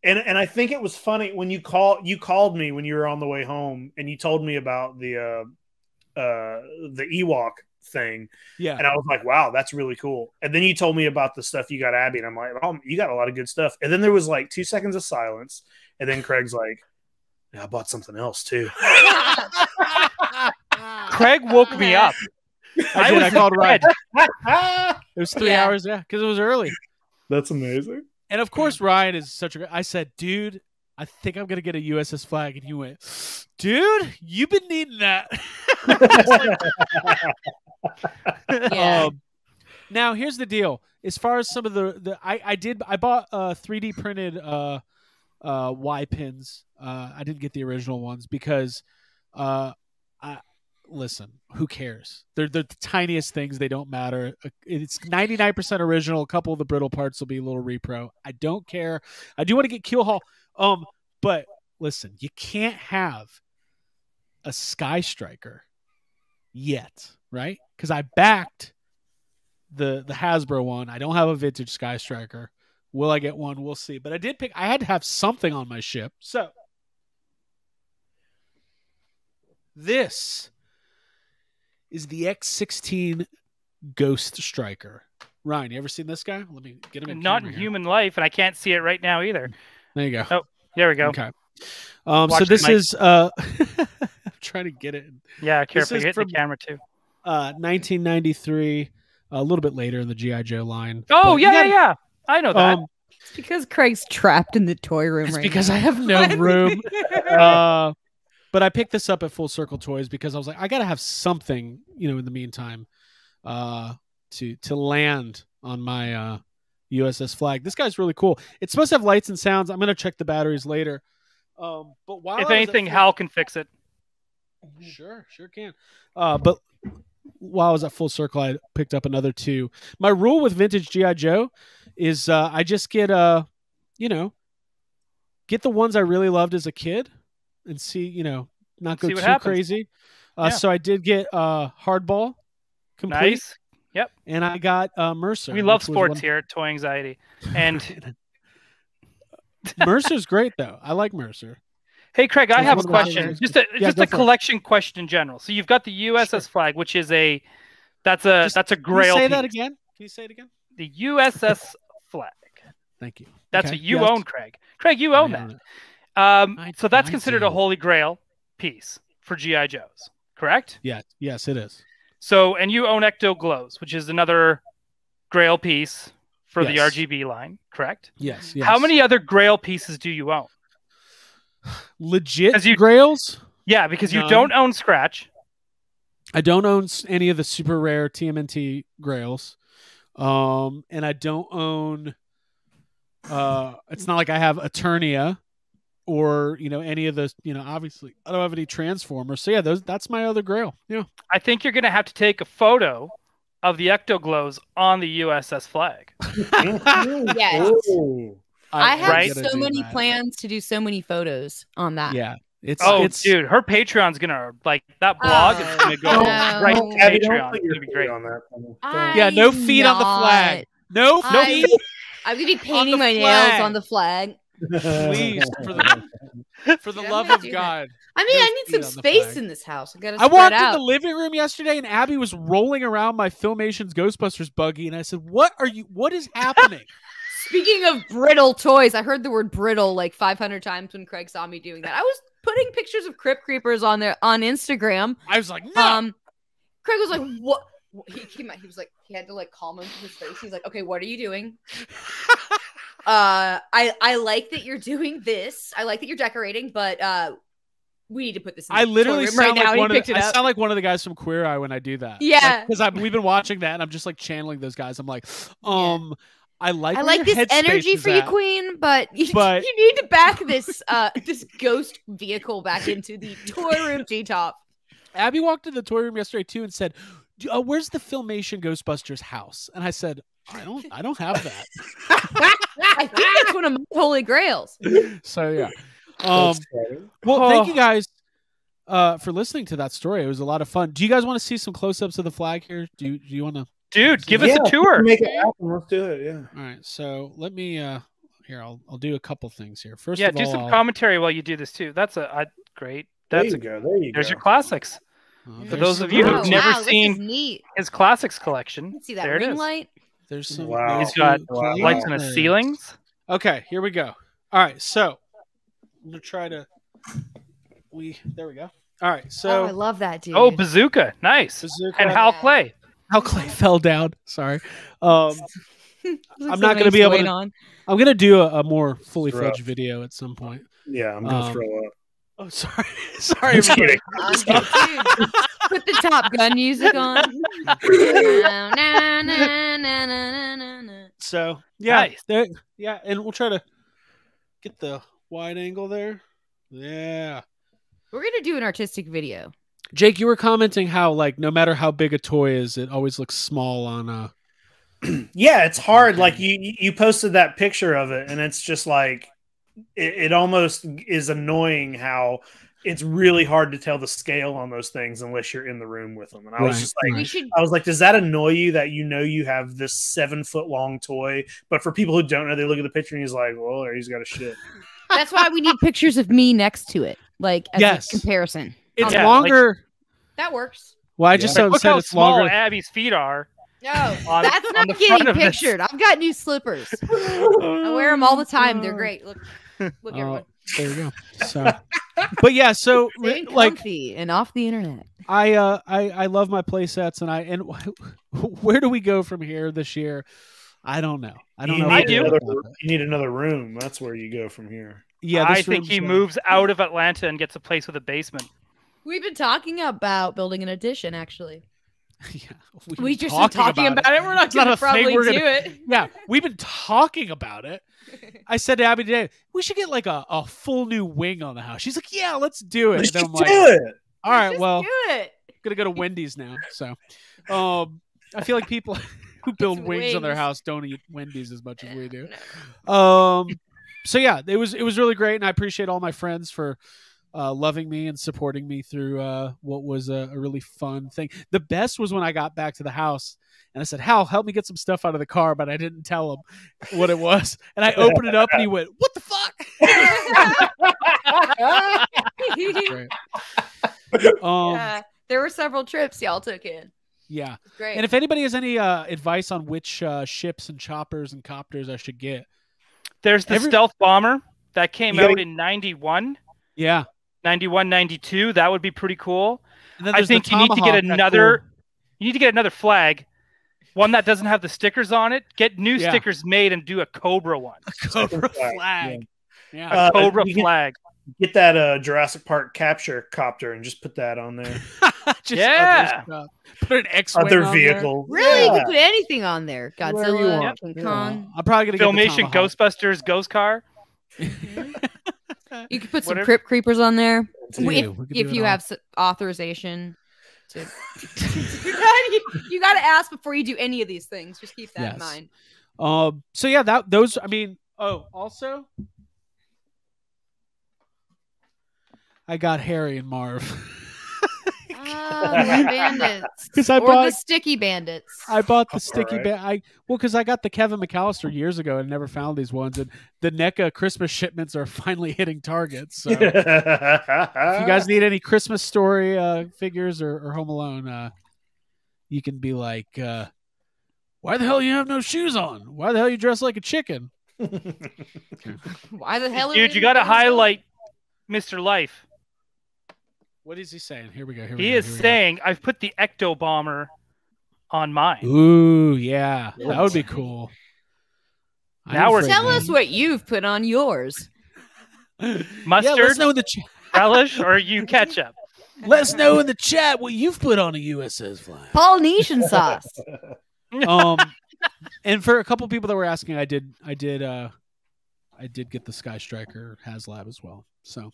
And, and I think it was funny when you call you called me when you were on the way home and you told me about the uh, uh, the Ewok thing *laughs*
Yeah.
and I was like, wow, that's really cool. And then you told me about the stuff you got, Abby. And I'm like, oh, you got a lot of good stuff. And then there was like two seconds of silence. And then Craig's like, yeah, I bought something else too.
Craig woke me up.
I,
I
did.
was
I called right.
red.
It was three
Yeah.
hours. Yeah, because it was early.
that's *laughs* amazing.
And of course, Ryan is such a. gr- I said, "Dude, I think I'm gonna get a USS flag," and he went, "Dude, you've been needing that." *laughs* I was like, *laughs*
Yeah.
Um, now here's the deal. As far as some of the, the I, I did I bought uh 3D printed uh uh Y pins. Uh I didn't get the original ones because uh I listen, who cares? They're they're the tiniest things, they don't matter. Uh, It's 99% original. A couple of the brittle parts will be a little repro. I don't care. I do want to get keel haul. Um but listen, you can't have a sky striker yet, right? Because I backed the the Hasbro one. I don't have a vintage Sky Striker. Will I get one? We'll see. But I did pick. I had to have something on my ship. So this is the X16 Ghost Striker. Ryan, you ever seen this guy? Let me get him. in
Not in
camera here.
human life, and I can't see it right now either.
There you go.
There we go.
Okay. Um, so
Watch
this
the mic.
is uh, *laughs* I'm trying to get it.
Yeah, careful.
is
You hit
from-
the camera too.
Uh, 1993, a little bit later in the GI Joe line.
Oh
But you
yeah,
gotta-
yeah, yeah. I know *laughs* that.
Um,
it's because Craig's trapped in the toy room
it's *laughs*
right
because
now.
I have no room. Uh, but I picked this up at Full Circle Toys because I was like, I gotta have something, you know, in the meantime, uh, to to land on my uh, USS flag. This guy's really cool. It's supposed to have lights and sounds. I'm gonna check the batteries later. Um, but while I
if
was at
anything,
Full-
Hal can fix it.
Sure, sure can. Uh, but while I was at full circle, I picked up another two. My rule with vintage GI Joe is uh, I just get uh, you know, get the ones I really loved as a kid, and see you know not go
See
too
what happens.
crazy. Uh,
Yeah.
So I did get uh, hardball complete,
Nice.
and I got uh, Mercer.
We love
which was
sports
one-
here at Toy Anxiety.
*laughs*
And
Mercer's great though. I like Mercer.
hey, Craig, I
It's
have a
one of my
question.
favorites.
Just a
Yeah,
just
go
a
for it.
collection question in general. So you've got the USS flag, which is a that's a
Just-
that's a
Can you
grail.
say that
piece.
again? Can you say it again?
The USS flag.
Thank you.
That's
Okay.
what you
Yes.
own, Craig. Craig, you
I
own that. Um,
I-
so that's
I
considered
do.
a holy grail piece for GI Joes, correct?
Yeah. Yes, it is.
So, and you own Ecto Glows, which is another grail piece for
Yes.
the RGB line, correct?
Yes.
How
yes.
many other grail pieces do you own?
legit
'Cause you-
grails?
Yeah, because you
None.
don't own Scratch.
I don't own s- any of the super rare TMNT grails. Um, and I don't own uh it's not like I have Eternia or, you know, any of those, you know, obviously I don't have any Transformers. So yeah, those that's my other grail. Yeah.
I think you're going to have to take a photo of the Ecto Glows on the USS flag.
*laughs*
Oh,
Yes.
Ooh.
I have
Right?
gotta
so
do
many
that.
plans to do so many photos on that.
Yeah, it's
Oh,
it's
dude, her Patreon's gonna like that blog
Oh,
is gonna go
no.
right to
Abby,
Patreon. It's gonna be
feet
great.
on that. thing.
I
Yeah, no feet on the flag. no,
not.
no,
I,
feet,
I'm gonna be painting
the
my
flag.
nails on the flag.
*laughs* please, for the for
*laughs*
the
Dude, I'm
love
gonna
of
do that.
God.
I mean,
No
I
feet
need
on the
some space
flag.
in this house. I gotta
I
spread
walked
out.
in the living room yesterday, and Abby was rolling around my Filmations Ghostbusters buggy, and I said, "What are you? What is
*laughs*
happening?"
Speaking of brittle toys, I heard the word brittle like 500 times when Craig saw me doing that. I was putting pictures of Crypt Creepers on there on Instagram.
I was like, "No."
Um, Craig was like, "What?" He came out. He was like, he had to like calm him to his face. He's like, "Okay, what are you *laughs* doing?" uh, I I like that you're doing this. I like that you're decorating, but uh, we need to put this. In
I
the
literally
toy room
sound
right
like
now. And he
one of
picked
the,
it
I
up.
sound like one of the guys from Queer Eye when I do that.
Yeah.
because I've we've been watching that, and I'm just like channeling those guys. I'm like, um, I like
I
where
like
your
this
headspace
energy
is
for you,
at.
Queen, but *laughs* you,
But-
you need to back this uh this ghost vehicle back into the toy room G top.
Abby walked in the toy room yesterday too and said, "D- uh, "Where's the Filmation Ghostbusters house?" And I said, "I don't, I don't have that."
I think that's one of my holy grails.
so yeah. Um,
That's funny.
well, thank you
Oh.
guys uh, for listening to that story. It was a lot of fun. Do you guys want to see some close-ups of the flag here? Do you, do you want to?
Dude, give
Yeah,
us a tour.
Make it happen. Let's do it. Yeah.
All right. So let me. Uh, here, I'll, I'll do a couple things here. First
Yeah,
of
do
all,
some commentary while you do this too. That's a I, great.
There
That's
you
a,
go. There you
there's
go.
your classics.
uh,
For
there's
those
some-
of you who've
Oh,
never
wow, this is
seen-
neat.
His classics
You
collection.
can see that
there it
ring
is.
light.
There's some.
Wow.
there's
He's got
some
wow.
clowns
Lights in the
there.
ceilings.
Okay, here we go. All right, so I'm gonna try to. We there we go. All right,
oh, I
so
love that dude.
Oh, bazooka! Nice.
Bazooka-
And Hal Clay.
how Clay fell down. Sorry, um,
I'm
not gonna be able to- *laughs*
On.
I'm gonna do a, a more fully
Rough.
fledged video at some point.
Yeah, I'm gonna
Um,
throw up.
Oh, *laughs* sorry, sorry. everybody.
I'm good, dude. Put the Top Gun music on.
*laughs*
Na, na, na, na, na, na, na.
So yeah,
Nice.
there, yeah, and we'll try to get the wide angle there. Yeah,
We're gonna do an artistic video.
Jake, you were commenting how like no matter how big a toy is, it always looks small on uh
*laughs* Yeah, it's hard. Like you, you posted that picture of it, and it's just like it, it almost is annoying how it's really hard to tell the scale on those things unless you're in the room with them. And I was
Right,
just like,
We
Right.
should.
I was like, does that annoy you that you know you have this seven foot long toy? But for people who don't know, they look at the picture and he's like, well, he's got a shit.
That's why we need pictures of me next to it, like as
Yes.
a comparison.
It's
Yeah, like-
longer.
That works.
well, I
Yeah.
just
Like,
said-
Look
said
how
it's
small
longer.
Abby's feet are.
No,
On-
that's
on
not
the front
getting
of this.
pictured. I've got new slippers. I wear them all the time. They're great. Look, look,
Oh,
everyone.
there you go. So, but yeah,
*laughs*
so
Safe
re-
and
like
comfy and off the internet.
I uh I I love my playsets and I and *laughs* where do we go from here this year? I don't know. I don't
you
know.
Need
if we
I do.
can
Another,
talk about it.
you need another room. That's where you go from here.
Yeah,
I
this
think
room's,
he
uh,
moves out of Atlanta and gets a place with a basement.
We've been talking about building an addition. Actually,
*laughs* Yeah,
we
we've been
just are talking about, it. We're not
It's not
going
a
to
thing
probably
we're
do
gonna-
it.
Yeah, we've been talking about
*laughs*
it. I said to Abby today, we should get like a, a full new wing on the house. She's like, yeah, let's do it.
Let's
And I'm
just
like,
do
*laughs*
it.
*laughs* all right,
Just
well,
do
*laughs*
it.
gonna go to Wendy's now. So, um, I feel like people *laughs* who build wings, on their
wings.
house don't eat Wendy's as much as we do.
No.
Um, so yeah, it was it was really great, and I appreciate all my friends for uh, loving me and supporting me through uh, what was a, a really fun thing. The best was when I got back to the house and I said, "Hal, help me get some stuff out of the car," but I didn't tell him what it was, and I opened it up, and he went, "What the fuck?"
*laughs*
Great. Um, yeah.
Yeah, there were several trips y'all took in. It's Great.
And if anybody has any uh, advice on which uh, ships and choppers and copters I should get,
There's the
Every-
stealth bomber that came
You gotta-
out in 91,
yeah.
91, 92. That would be pretty cool.
And then
I
there's the
think you need to get
Tomahawk, that
another.
cool-
You need to get another flag, one that doesn't have the stickers on it. Get new
Yeah.
stickers made and do a
*laughs*
Cobra one.
Cobra
flag,
flag. Yeah.
Uh,
Cobra
you can
flag.
Get that uh, Jurassic Park capture copter and just put that
*laughs*
on there.
*laughs* Just uh,
Yeah.
other stuff. Put an X
Other vehicle.
really, you
Yeah.
could put anything on there.
Whatever you
Godzilla,
want.
King
Yeah.
Kong.
I'm probably gonna get the
Filmation
Tomahawk.
Ghostbusters ghost car.
You could put some
Whatever-
Crypt Creepers on there.
Dude,
if
we could do
if
it
you
all.
have s- authorization to
*laughs*
*laughs* to do that, you, you
*laughs*
got to ask before you do any of these things. Just keep that
Yes.
in mind.
Um. So yeah, that those. I mean, Oh, also, I got Harry and Marv *laughs*
Ah, the bandits.
because I
or the
bought
sticky bandits.
I bought the
All
sticky
right.
band. I well because I got the Kevin McAllister years ago and never found these ones, and the NECA Christmas shipments are *laughs* finally hitting targets. *laughs* So. if
Uh,
you guys need any Christmas story uh, figures or, or Home Alone, uh, you can be like, uh, "Why the hell you have no shoes on? Why the hell you dress like a chicken?"
Why the hell? are
Dude,
we-
you got to highlight Mr. Life.
What is he saying? Here we go. Here we
He
go,
is
here we go.
saying, I've put the Ecto Bomber on mine.
"Ooh, yeah, that would be cool." I'm
Now we're-
afraid,
Tell
man.
us what you've put on yours.
Yeah, let us
Mustard?
know in the chat.
Relish
*laughs*
or you ketchup?
Let us know in the chat what you've put on a USS flag.
Polynesian
*laughs*
sauce.
um and for a couple people that were asking i did i did uh i did get the sky striker haslab as well so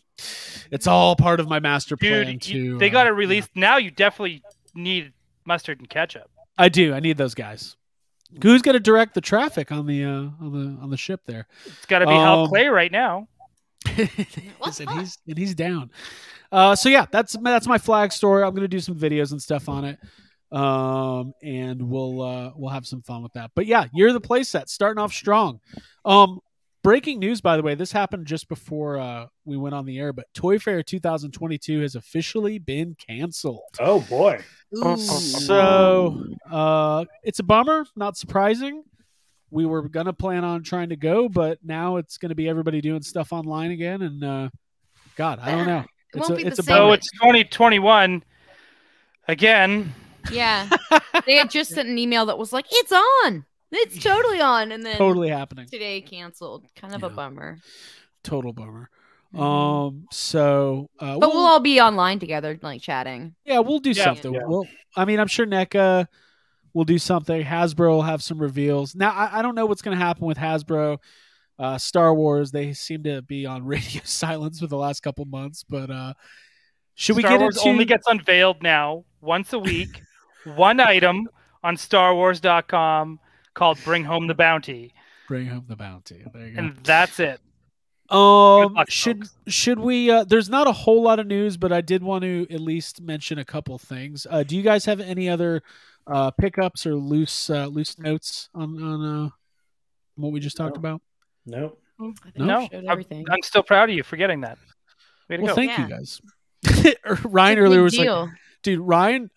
it's all part of my master plan
Dude, you-
to
they
uh,
got
you
to
know.
release. Now you definitely need mustard and ketchup.
i do i need those guys who's going to direct the traffic on the uh on the on the ship there
It's got to be
Um,
Hal Clay right now.
*laughs* and he's and he's down. Uh, so yeah, that's that's my flag story. I'm gonna do some videos and stuff on it, um, and we'll uh, we'll have some fun with that. But yeah, you're the playset starting off strong. Um, breaking news, by the way, this happened just before uh, we went on the air, but Toy Fair 2022 has officially been canceled.
*laughs* oh boy.
Ooh.
So uh, it's a bummer, not surprising. We were gonna plan on trying to go, but now it's gonna be everybody doing stuff online again, and uh, God, I don't know.
Uh, It won't
a-
be the
it's a
same.
bummer.
So it's 2021 again. *laughs*
Yeah. they had just sent an email that was like, it's on. It's totally on. And then
totally happening.
today canceled. Kind of a
Yeah.
bummer.
Total bummer. Um. So, uh,
Mm-hmm. But we'll all be online together, like chatting.
yeah, we'll do
Yeah.
something.
Yeah.
We'll, I mean, I'm sure NECA will do something. Hasbro will have some reveals. Now, I, I don't know what's going to happen with Hasbro. Uh, Star Wars. They seem to be on *laughs* radio silence for the last couple months. But uh, should we
Star
get
Wars
into?
only gets unveiled now once
*laughs*
a week, one item on StarWars.com called "Bring Home the Bounty,"
Bring home the bounty. There you go.
and that's it.
Um,
luck,
should
folks.
should we? Uh, there's not a whole lot of news, but I did want to at least mention a couple things. Uh, do you guys have any other uh, pickups or loose uh, loose notes on on uh, what we just talked
No.
about?
Nope. *laughs*
No.
No,
Showed
I'm,
everything.
I'm still proud of you for getting that. Way to
Well,
go!
thank you
Yeah.
guys. *laughs* Er, Ryan
It's a
earlier
big
was like,
deal.
dude, Ryan.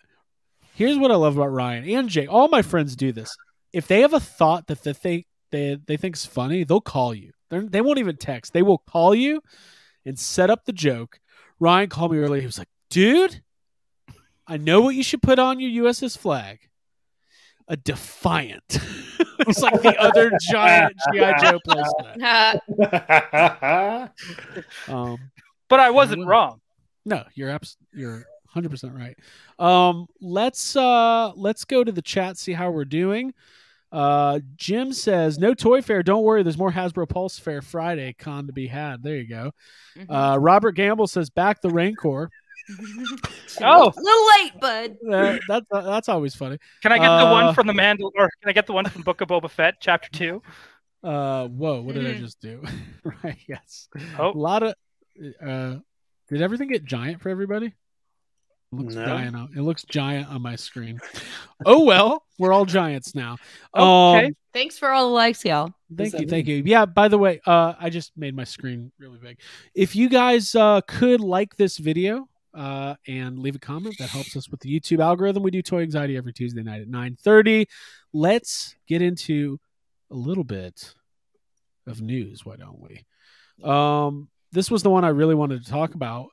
Here's what I love about Ryan and Jake. All my friends do this. If they have a thought that they think they they think's funny, they'll call you. They're, they won't even text. They will call you and set up the joke. Ryan called me earlier. He was like, dude, I know what you should put on your USS flag. A defiant. *laughs* it's like the other giant GI
*laughs*
Joe placement.
Uh,
Um,
But I wasn't
Well,
wrong.
No, you're abs- you're 100% right. Um let's uh let's go to the chat see how we're doing. Uh Jim says no toy fair, don't worry, there's more Hasbro Pulse Fair Friday con to be had. There you go.
Mm-hmm.
Uh Robert Gamble says back the Rancor.
Oh,
a little late, bud.
Uh, that's that's always funny.
can I get the
Uh,
one from the Mandal, or can I get the one from Book of Boba Fett, Chapter
*laughs*
Two?
Uh whoa, what did I
Mhm.
just do? *laughs* right, yes.
Mm-hmm.
A
Oh.
lot of uh did everything get giant for everybody? It looks
No.
giant on, it looks giant on my screen. oh well, we're all giants now.
Okay.
Um,
Thanks for all the likes, y'all.
Thank
that
you, thank you. Yeah, by the way, uh, I just made my screen really big. If you guys uh, could like this video uh, and leave a comment, that helps us with the YouTube algorithm. We do Toy Anxiety every Tuesday night at nine thirty. Let's get into a little bit of news, why don't we? Um, this was the one I really wanted to talk about.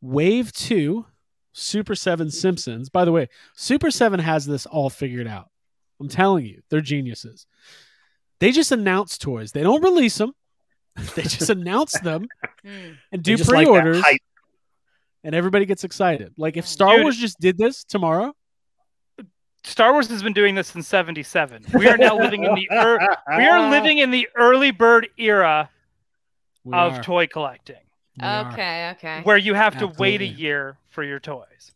Wave two, Super Seven Simpsons. By the way, Super Seven has this all figured out. I'm telling you, they're geniuses. They just announce toys. They don't release them. *laughs* They just announce them
Mm.
and
They
do
just like that
pre-orders,
hype.
and everybody gets excited. Like if Star
Dude.
Wars just did this tomorrow,
Star Wars has been doing this since '77. We are now living in the er-
*laughs*
we
*laughs*
are living in the early bird era
we
of
are.
toy collecting.
We are.
Okay, okay.
where you have to wait a
Absolutely.
year for your toys.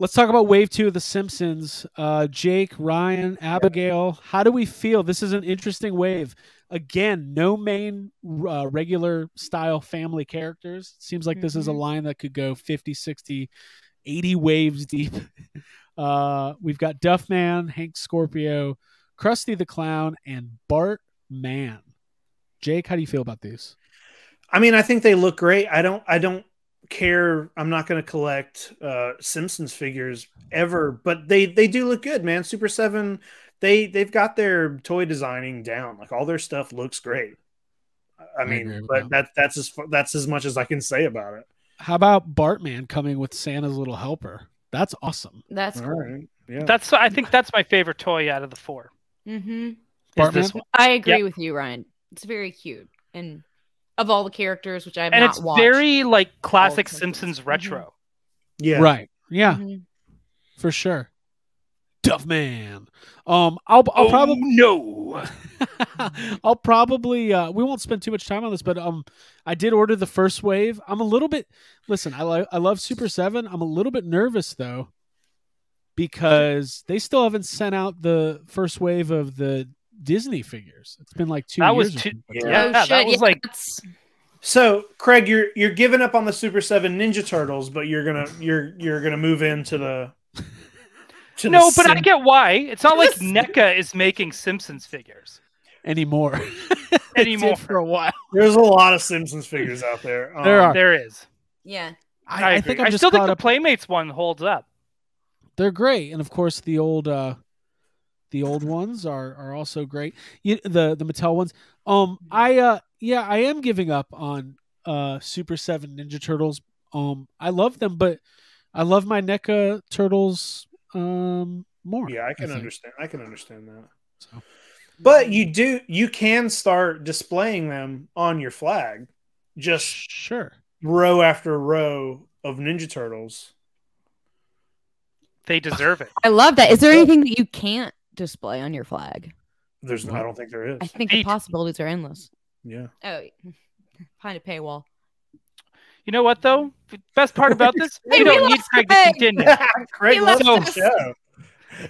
Let's talk about Wave Two of The Simpsons. Uh, Jake, Ryan, Abigail, how do we feel? This is an interesting wave. Again, no main uh, regular style family characters. Seems like this is a
Mm-hmm.
Mhm.
line that could go 50, 60, 80 waves deep. *laughs* Uh, we've got Duffman, Hank Scorpio, Krusty the Clown, and Bart Man. Jake, how do you feel about these?
I mean, I think they look great. I don't I don't care. I'm not going to collect uh Simpsons figures ever, but they they do look good, man. Super 7 they they've got their toy designing down. Like all their stuff looks great. I- I
agree
mean,
with
but that that's as fu- that's as much as I can say about it.
How about Bartman coming with Santa's little helper? That's awesome.
That's
All
cool.
right. Yeah.
That's I think that's my favorite toy out of the four.
Mm-hmm.
Is this
Bartman?
one.
I agree
Yeah.
with you, Ryan. It's very cute, and of all the characters, which I have
And
not
it's
watched,
very like classic
Simpsons.
Simpsons
Mhm.
retro.
Yeah.
Right. Yeah,
Mhm.
for sure. Duffman. Um, I'll
Oh,
I'll probably
no.
*laughs* I'll probably uh, we won't spend too much time on this, but um, I did order the first wave. I'm a little bit listen. I like I love Super Seven. I'm a little bit nervous though because they still haven't sent out the first wave of the Disney figures. It's been like two.
That
years
was
or
two-
something.
Yeah.
Yeah,
oh
that
shit!
was
yeah,
like-
that's-
So, Craig, you're you're giving up on the Super 7 Ninja Turtles, but you're going to you're you're going to move into the to the
No, but I
Sim-
get why. It's not like
Yes.
NECA is making Simpsons figures
anymore. *laughs* They did
anymore.
for a while.
There's a lot of Simpsons figures out there. Um,
There are.
There is.
yeah.
I,
I, I
agree.
think I'm
I
just
still think
caught
the
up-
Playmates one holds up.
they're great and of course the old uh the old ones are are also great you, the the mattel ones um i uh yeah i am giving up on uh super seven ninja turtles um i love them but i love my neca turtles um more
Yeah, I can
think.
understand. I can understand that.
So- um,
But you do you can start displaying them on your flag, just
sure
row after row of Ninja Turtles.
They deserve it.
I love that. Is there anything that you can't display on your flag?
There's I don't think there is.
I think the
Eight.
possibilities are endless.
*laughs*
Yeah.
Oh, find a paywall.
You know what though? The best part about
*laughs*
this,
Hey,
we don't
we
need
lost
Craig to
Craig. *laughs*
continue.
Craig
He
loves the
left
show.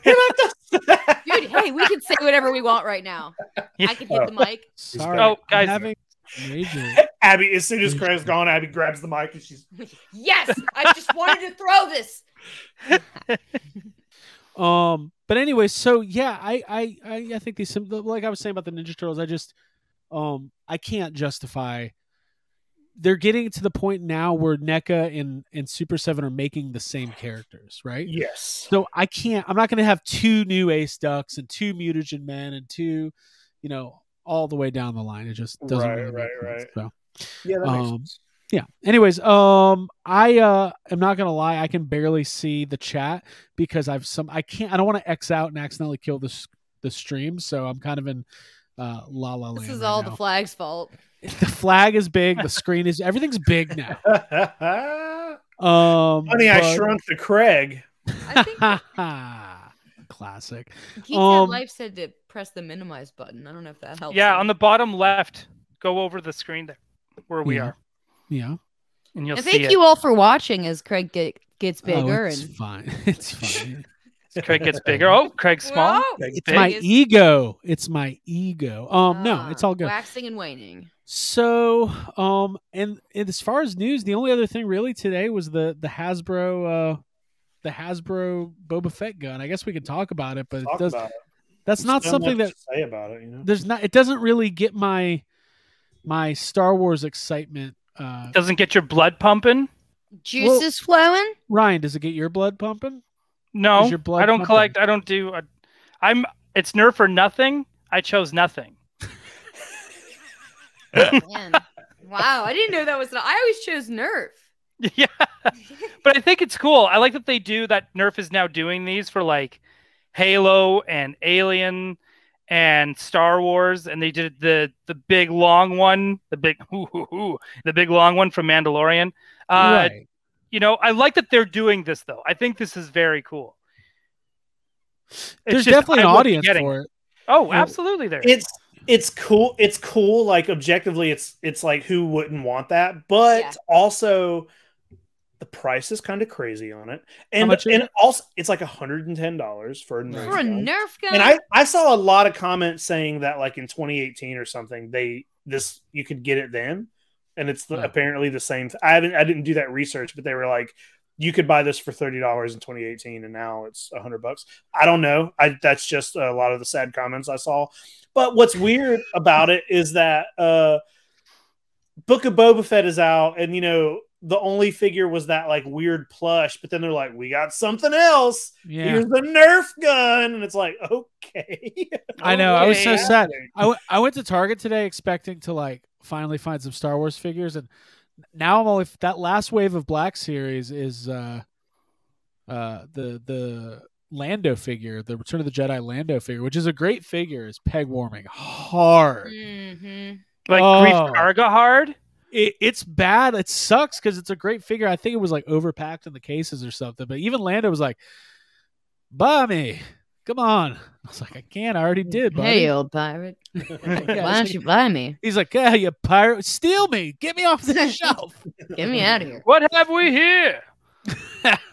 He left us.
Dude, hey, we can say whatever we want right *laughs* now. I can hit the mic. *laughs*
sorry
Oh, guys.
I'm having major
Abby, as soon as Craig's gone, Abby grabs the mic and she's
Yes, I just wanted to throw this.
Um, but anyway, so yeah, I I I, I think these sim- like I was saying about the Ninja Turtles, I just um I can't justify. They're getting to the point now where NECA and and Super Seven are making the same characters, right?
yes. *laughs*
So I can't. I'm not going to have two new Ace Ducks and two Mutagen Men and two, you know, all the way down the line. It just doesn't
Right,
really make
right,
sense, so.
Yeah, that makes
Um,
sense.
Yeah. Anyways, um, I uh am not gonna lie, I can barely see the chat because I've some I can't I don't want to X out and accidentally kill this the stream, so I'm kind of in uh la la land.
This is
right
all
now.
the flag's *laughs* fault.
*laughs* the flag is big, the screen is everything's big now. Um
Honey, I
but- *laughs*
shrunk to Craig.
I think
classic.
Geeks
Um,
Out Life said to press the minimize button. I don't know if that helps.
Yeah, on the bottom left, go over the screen there, where we
Yeah.
are,
Yeah. Oh,
and you'll
And
see
thank
it.
you all for watching as Craig get, gets
Oh,
bigger
it's *laughs*
and
fine. It's fine.
Craig
*laughs*
gets bigger. Oh, Craig's small.
Whoa!
Craig's
it's my
Biggest-
ego. It's my ego. Um no, it's
Ah,
all good.
Waxing and waning.
So, um, and, and as far as news, the only other thing really today was the the Hasbro, uh, the Hasbro Boba Fett gun. I guess we could talk about it, but it
Talk
does,
about it.
that's not
Don't
something
much
that
to say about it, you know.
there's not. It doesn't really get my my Star Wars excitement. Uh,
Doesn't get your blood pumping.
Juices flowing.
Ryan, does it get your blood pumping?
No,
Is your blood
I don't
pumping?
collect. I don't do. I, I'm. It's nerf or nothing. I chose nothing.
*laughs*
*laughs*
Man. wow, I didn't know that was. I always chose
*laughs*
Nerf.
yeah, but I think it's cool. I like that they do that. Nerf is now doing these for like Halo and Alien and Star Wars, and they did the the big long one, the big *laughs* ooh, ooh, ooh, the big long one from Mandalorian. Uh,
Right.
You know, I like that they're doing this though. I think this is very cool. It's
There's
just,
definitely an
I won't be
audience
getting-
for it.
Oh,
Yeah.
absolutely. There.
It's it's cool. It's cool. Like objectively, it's it's like who wouldn't want that, but
Yeah.
also The price is kind of crazy on it, and
much is
and also it's like hundred and ten dollars for a Nerf
For a
gun.
Nerf gun.
And I I saw a lot of comments saying that like in 2018 or something they this you could get it then, and it's the,
Huh.
apparently the same. Th- I haven't I didn't do that research, but they were like you could buy this for thirty dollars in 2018, and now it's a hundred bucks. I don't know. I that's just a lot of the sad comments I saw. But what's weird about it is that uh Book of Boba Fett is out, and you know the only figure was that like weird plush, but then they're like, we got something else
Yeah,
here's the Nerf gun, and it's like, okay.
*laughs* I know. I was so
Okay.
sad. I, w- I went to Target today expecting to like finally find some Star Wars figures, and now I'm only that last wave of Black Series is uh, uh, the the Lando figure, the Return of the Jedi Lando figure, which is a great figure. Is peg warming hard?
Mhm.
Like
Oh.
Grief Karga hard.
it, it's bad. It sucks because it's a great figure. I think it was like overpacked in the cases or something. But even Lando was like, "Buy me, come on." I was like, "I can't. I already did." Buddy.
Hey, old pirate.
*laughs* Yeah,
Why
it's
don't
like-
you buy me?
He's like, "Yeah, you pirate, steal me, get me off the shelf." *laughs*
Get me out of here.
What have we here?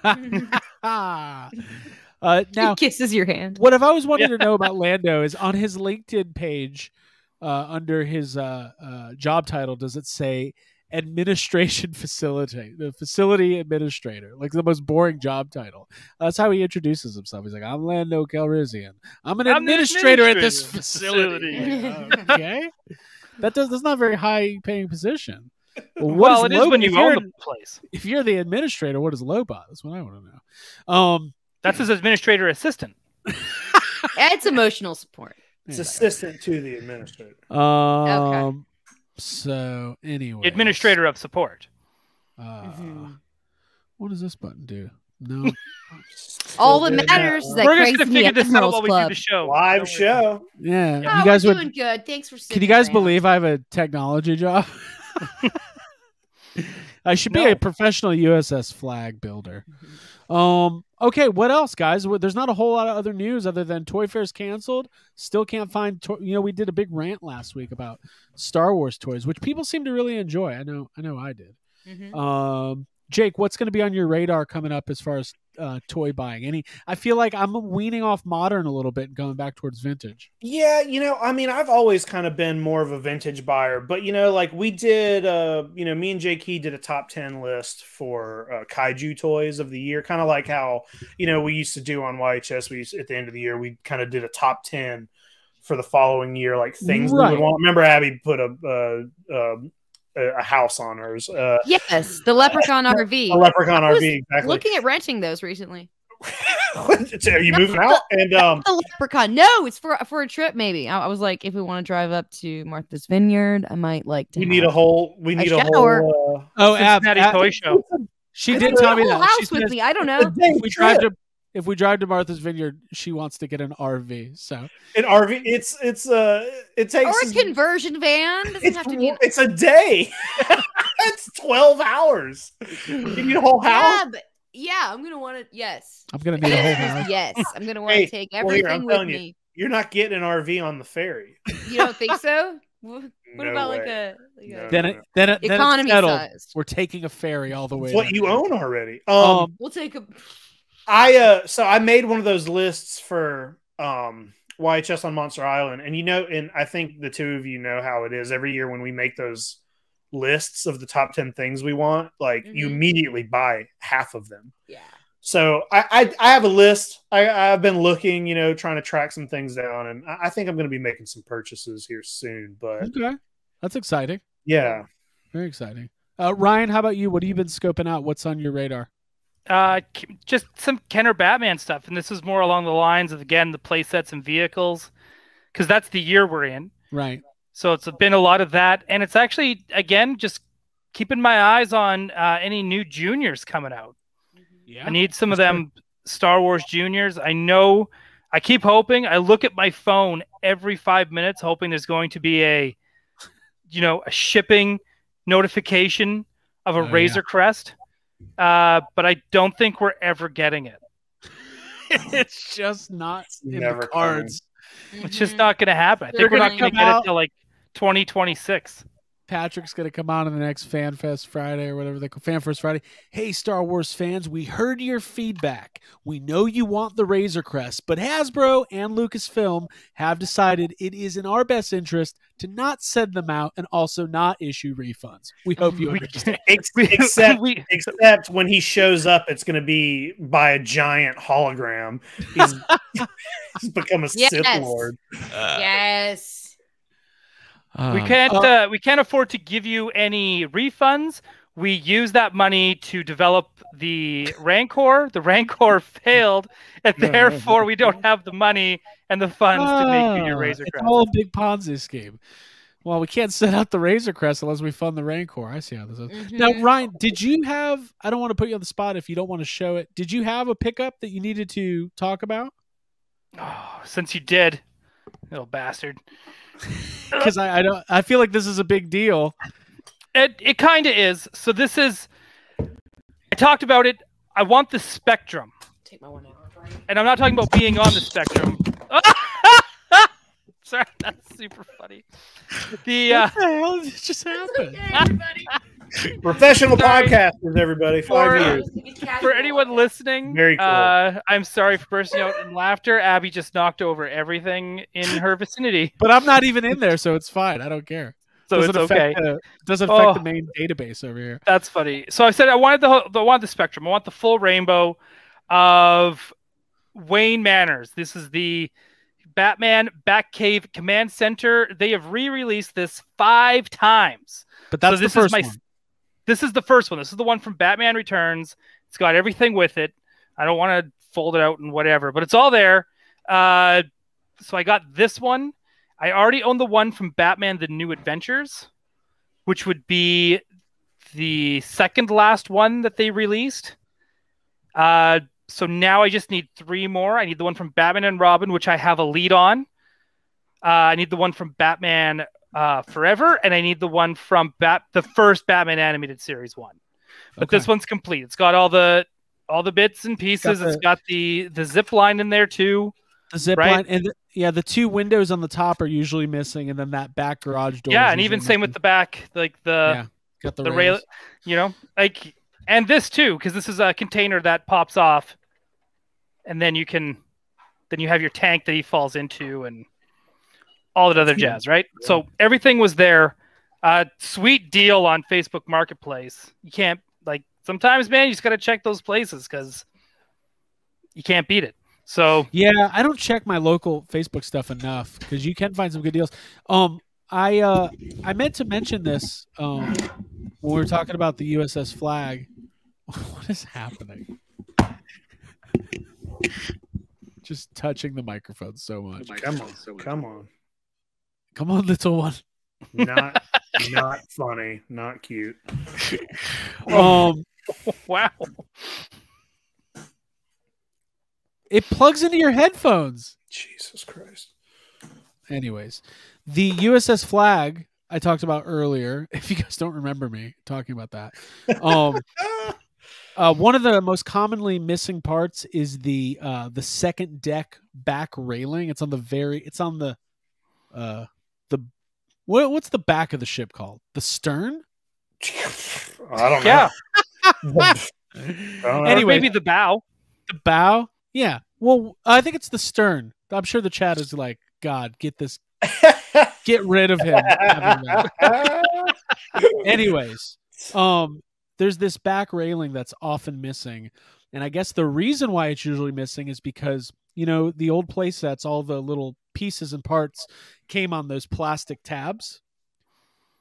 uh, *laughs* now,
he *laughs* kisses your hand.
what I've always wanted to know about Lando is on his LinkedIn page, uh, under his uh, uh, job title, does it say administration *laughs* facility, the facility administrator, like the most boring job title? That's how he introduces himself. He's like, "I'm Lando Calrissian. I'm an
I'm the
administrator at this facility."
facility."
*laughs*
Um,
Like, okay, that does that's not a very high paying
*laughs*
position. Well, what
well,
does
it is
Lo-
when
if
you
you're
own
an-
the place.
if you're the administrator, what is Lobot? That's what I want to know. Um,
That's his administrator assistant.
That's emotional support.
It's assistant to the administrator.
um, okay. um, so anyway,
Administrator of support.
Uh,
Mhm.
What does this button do? No,
All that
Still doing
matters is that
We're just
crazy
gonna figure this out
Admirals
while we do
Club.
the show.
live
Don't worry.
show.
yeah,
Oh,
you guys
we're
would.
doing good. Thanks for.
Can
sticking
you guys
around.
believe I have a technology job? I should be a
No.
professional USS flag builder. Um. Okay. What else, guys? Well, There's not a whole lot of other news other than Toy Fair's canceled. Still can't find. To- you know, we did a big rant last week about Star Wars toys, which people seem to really enjoy. I know. I know. I did.
Mhm.
Um, Jake, what's going to be on your radar coming up as far as uh, toy buying? Any? I feel like I'm weaning off modern a little bit and going back towards vintage.
Yeah, you know, I mean, I've always kind of been more of a vintage buyer, but you know, like we did, uh, you know, me and Jake Key did a top 10 list for uh, kaiju toys of the year, kind of like how, you know, we used to do on YHS. We used, at the end of the year, we kind of did a top 10 for the following year, like things we
Right.
would want. Remember, Abby put a, uh, um, a, a house on hers, uh,
Yes, the Leprechaun RV.
a leprechaun
I was
RV, exactly.
Looking at renting those recently.
*laughs* Are you moving out? And um,
The Leprechaun. No, it's for for a trip. Maybe I, I was like, if we want to drive up to Martha's Vineyard, I might like to.
we
have-
need a whole. We need a,
shower.
whole. Uh,
Oh,
Cincinnati Toy Show.
she
I
did
took
tell
the
me
whole
that. She
house with
says
me. I don't know.
day
if we drive to if we drive to Martha's Vineyard, she wants to get an RV. So
an RV. It's it's uh it
Or
takes.
a conversion van doesn't
it's,
have to be. an-
it's a day. *laughs* That's twelve hours. You need a whole house.
Yeah, but yeah, I'm gonna want to. Yes,
I'm gonna need a
*laughs*
whole
The answer is
house.
yes, I'm gonna want to
Hey,
take
well, here,
everything
I'm
with
telling you.
me.
You're not getting an RV on the ferry.
You. don't think so? What
No
about like
way.
a, like a
No.
Then it then it, then it's
economy
settled.
sized?
We're taking a ferry all the way.
It's what
there.
you own already.
Um,
um
We'll take a.
I uh so I made one of those lists for um YHS on Monster Island, and you know, and I think the two of you know how it is every year when we make those lists of the top ten things we want, like you
Mhm.
immediately buy half of them.
Yeah.
So I I, I have a list. I, I've been looking, you know, trying to track some things down, and I I think I'm going to be making some purchases here soon. But
okay. That's exciting.
yeah,
Very exciting. Uh, Ryan, how about you? What have you been scoping out? What's on your radar?
Uh, K- just some Kenner Batman stuff, and this is more along the lines of again the playsets and vehicles, because that's the year we're in.
Right.
So it's been a lot of that, and it's actually again just keeping my eyes on uh, any new juniors coming out.
Yeah. *laughs*
I need some of
that's
them Star Wars juniors. I know. I keep hoping. I look at my phone every five minutes, hoping there's going to be a, you know, a shipping notification of a
Oh, yeah.
Razor Crest, uh, but I don't think we're ever getting it.
it's just not in
never
the cards.
*laughs* It's just not going to happen. I
Mm-hmm. They're
think we're
gonna
not
come
going to get it
out-
till like 2026.
Patrick's gonna come on in the next Fan Fest Friday or whatever they call Fan Fest Friday. Hey, Star Wars fans, we heard your feedback. We know you want the Razor Crest, but Hasbro and Lucasfilm have decided it is in our best interest to not send them out and also not issue refunds. We hope you
*laughs* We-
understand. *laughs*
Ex-
We-
except
*laughs* we-
except when he shows up, it's going to be by a giant hologram. He's, *laughs* he's become a
Yes.
Sith Lord.
Uh, yes.
we
Um,
can't uh, we can't afford to give you any refunds. We use that money to develop the Rancor. The Rancor *laughs* failed, and
Yeah, yeah,
therefore
yeah.
we don't have the money and the funds to make you your Razor
Ah, It's
Crest.
all a big Ponzi scheme. Well, we can't *laughs* set out the Razor Crest unless we fund the Rancor. I see how this is. Now,
Mhm.
Ryan, did you have? I don't want to put you on the spot if you don't want to show it. Did you have a pickup that you needed to talk about?
Oh, since you did, little bastard. Uh,
Because I, I don't. I feel like this is a big
*laughs*
deal.
It it kind of is. So this is. I talked about it. I want the spectrum,
Take my one hour break.
and I'm not talking about being on the spectrum. *laughs* Sorry, that's super funny. The uh,
What the hell did just happen?
Professional
Sorry.
podcasters, everybody.
For,
Five
uh,
years.
for anyone listening,
Very cool.
uh, I'm sorry for bursting out in laughter. Abby just knocked over everything in
*laughs*
her vicinity,
But I'm not even in there, so it's fine. I don't care.
so
doesn't
it's okay.
affect The, doesn't affect the
Oh.
main database over here.
That's funny. So I said I wanted the whole, I want the spectrum. I want the full rainbow of Wayne Manors. This is the Batman Batcave Command Center. They have re-released this five times.
But that's
this
the
is
first
my-
one.
This is the first one. This is the one from Batman Returns. It's got everything with it. I don't want to fold it out and whatever, but it's all there. Uh, so I got this one. I already own the one from Batman: The New Adventures, which would be the second last one that they released. Uh, so now I just need three more. I need the one from Batman and Robin, which I have a lead on. Uh, I need the one from Batman uh, Forever, and I need the one from Bat- the first Batman animated series one. But
Okay.
this one's complete. It's got all the all the bits and pieces.
the-
it's got the the zip line in there too.
The zip
right?
line and the, yeah, the two windows on the top are usually missing, and then that back garage door.
yeah,
is
and
usually
even same with
missing.
the back, like the
yeah, got the,
the
rail.
rail, you know, like and this too, because this is a container that pops off, and then you can, then you have your tank that he falls into and all that other jazz, right? So everything was there. Uh, sweet deal on Facebook Marketplace. You can't like sometimes, man, you just gotta check those places because you can't beat it. So
Yeah, I don't check my local Facebook stuff enough because you can find some good deals. Um, I uh, I meant to mention this um, when we were talking about the USS Flag. *laughs* what is happening? Just touching the microphone Oh so much.
Come on. Come on.
Come on, little one. *laughs*
Not not funny. Not cute.
Oh.
Um,
wow,
it plugs into your headphones.
Jesus Christ.
anyways, the USS Flag I talked about earlier. *laughs* If you guys don't remember me talking about that, um, uh, one of the most commonly missing parts is the uh, the second deck back railing. It's on the very. It's on the uh, the what, what's the back of the ship called? The stern.
*laughs* I don't
yeah.
know.
Or
Anyway.
maybe the bow.
The bow. Yeah. Well, I think it's the stern. I'm sure the chat is like, God, get this,
*laughs*
get rid of him. having that." anyways um there's this back railing that's often missing and i guess the reason why it's usually missing is because you know the old play sets all the little pieces and parts came on those plastic tabs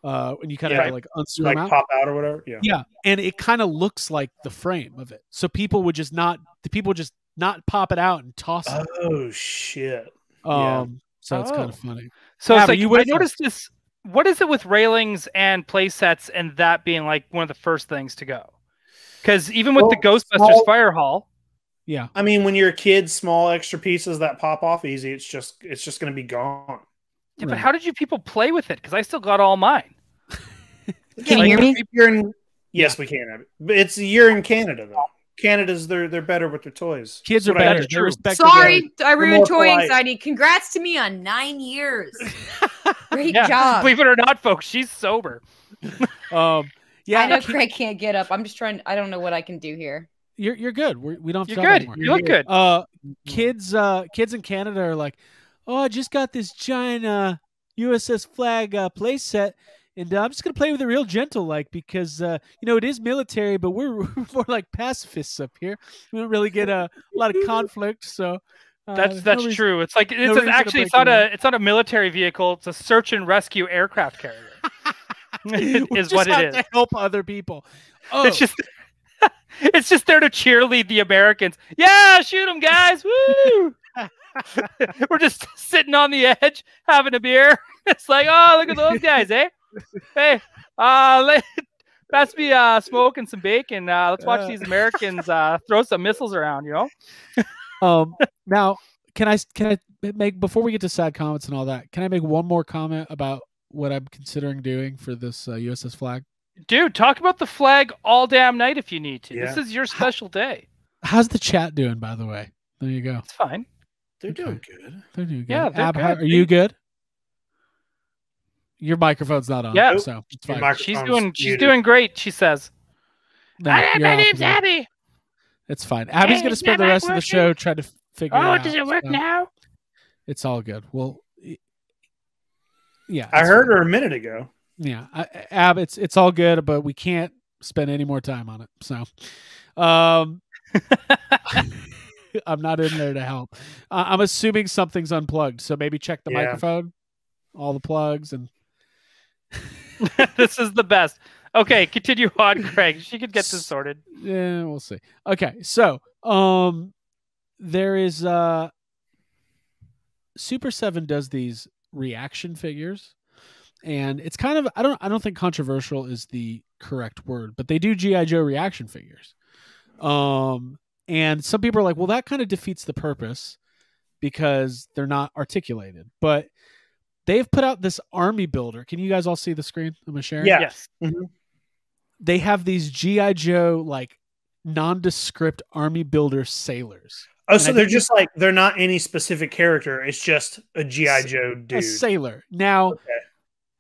uh and you kind of
Yeah.
like unscrew
like
them out
pop out or whatever. Yeah.
yeah and it kind of looks like the frame of it so people would just not the people just not pop it out and toss it
Oh shit.
um
Oh, yeah.
so it's kind
Oh.
of funny
So
Yeah,
it's
but
like
you
I
would've-
noticed this. What is it with railings and play sets and that being like one of the first things to go? Because even with the
Well,
Ghostbusters
small-
fire hall,
yeah
I mean, when you're a kid, small extra pieces that pop off easy, it's just it's just gonna be gone.
yeah, but
Right.
how did you people play with it? Because I still got all mine.
Can you hear
*laughs*
me?
You're in. Yes, we can have it. But it's you're in Canada though. Canada's they're they're better with their toys.
kids are
That's what I
better
heard.
they respect the
Sorry, I
You're
ruined
more
toy
polite.
anxiety. Congrats to me on nine years. Great
Yeah.
job.
Believe it or not, folks, she's sober.
Um, yeah,
I know
keep-
Craig can't get up. I'm just trying. I don't know what I can do here.
you're you're good. We're, we don't have to
You're
talk
good.
anymore.
You look good.
Uh,
Mm-hmm.
kids, uh, kids in Canada are like, oh, I just got this giant uh, USS flag uh, play set, and uh, I'm just gonna play with it real gentle, like because uh, you know it is military, but we're *laughs* we're more like pacifists up here. We don't really get uh, a lot of conflict, so uh,
That's
there's no
that's
reason-
true. It's like it's
reason
an,
to
actually
break
it's not
away.
a it's not a military vehicle. It's a search and rescue aircraft carrier. *laughs*
*laughs*
It
We
*laughs* is
just
what
have
it is.
To help other people. Oh,
*laughs* It's just it's just there to cheerlead the Americans. Yeah, shoot them, guys! Woo! *laughs* We're just sitting on the edge having a beer. *laughs* It's like, oh, look at those guys, eh? Hey, uh, *laughs* let, pass me uh, smoke and some bacon. Uh, let's watch
Uh.
these Americans uh, throw some missiles around. You know,
Um, now, can I can I make before we get to sad comments and all that? Can I make one more comment about what I'm considering doing for this uh, USS flag?
dude, talk about the flag all damn night if you need to. This
Yeah.
is your special day.
How's the chat doing, by the way? There you go.
It's fine.
They're
Okay.
doing good.
They're doing good.
Yeah, they're
Ab, how-
good.
are you
They-
good? Your microphone's not on.
Yeah.
so it's fine.
Your
She's
microphone's
doing. She's
muted.
doing great. She says.
No,
"Ah,
you're
my
off
name's
now.
Abby.
It's fine. Abby's
Hey,
gonna
is
spend the
my mic
rest of the
working?
show trying to f- figure
Oh,
it out.
does it work
so
now?
It's all good. Well, it- yeah.
I
it's
heard
fine.
her a minute ago.
Yeah, I, I- Ab, it's it's all good, but we can't spend any more time on it. So, um, *laughs* I'm not in there to help. Uh, I'm assuming something's unplugged, so maybe check the
Yeah.
microphone, all the plugs, and
*laughs* this is the best. Okay, continue
*laughs*
on, Craig. She could get this sorted.
yeah, we'll see. Okay, so um, there is uh, Super Seven does these reaction figures, and it's kind of I don't I don't think controversial is the correct word, but they do GI Joe reaction figures. Um, and some people are like, well, that kind of defeats the purpose because they're not articulated, but. They've put out this army builder. Can you guys all see the screen? I'm gonna share. it?
Yeah.
Yes.
they have these GI Joe like nondescript army builder sailors.
Oh,
I
so they're
think
just like they're not any specific character. It's just a GI
S-
Joe
A
dude.
sailor. Now,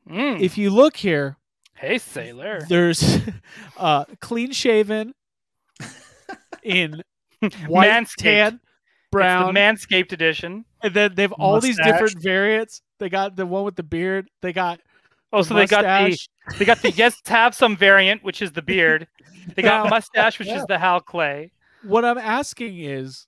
Mm.
if you look here,
hey, sailor.
there's *laughs* uh clean
*laughs*
shaven in white
Manscaped.
tan brown
It's the Manscaped edition.
and then they've all these
Mustache.
different variants. They got the one with the beard, they got
Oh, so they got the
mustache.
they got
*laughs*
the yes have some variant, which is the beard. They got
Now-
mustache, which
Yeah.
is the Hal Clay.
What I'm asking is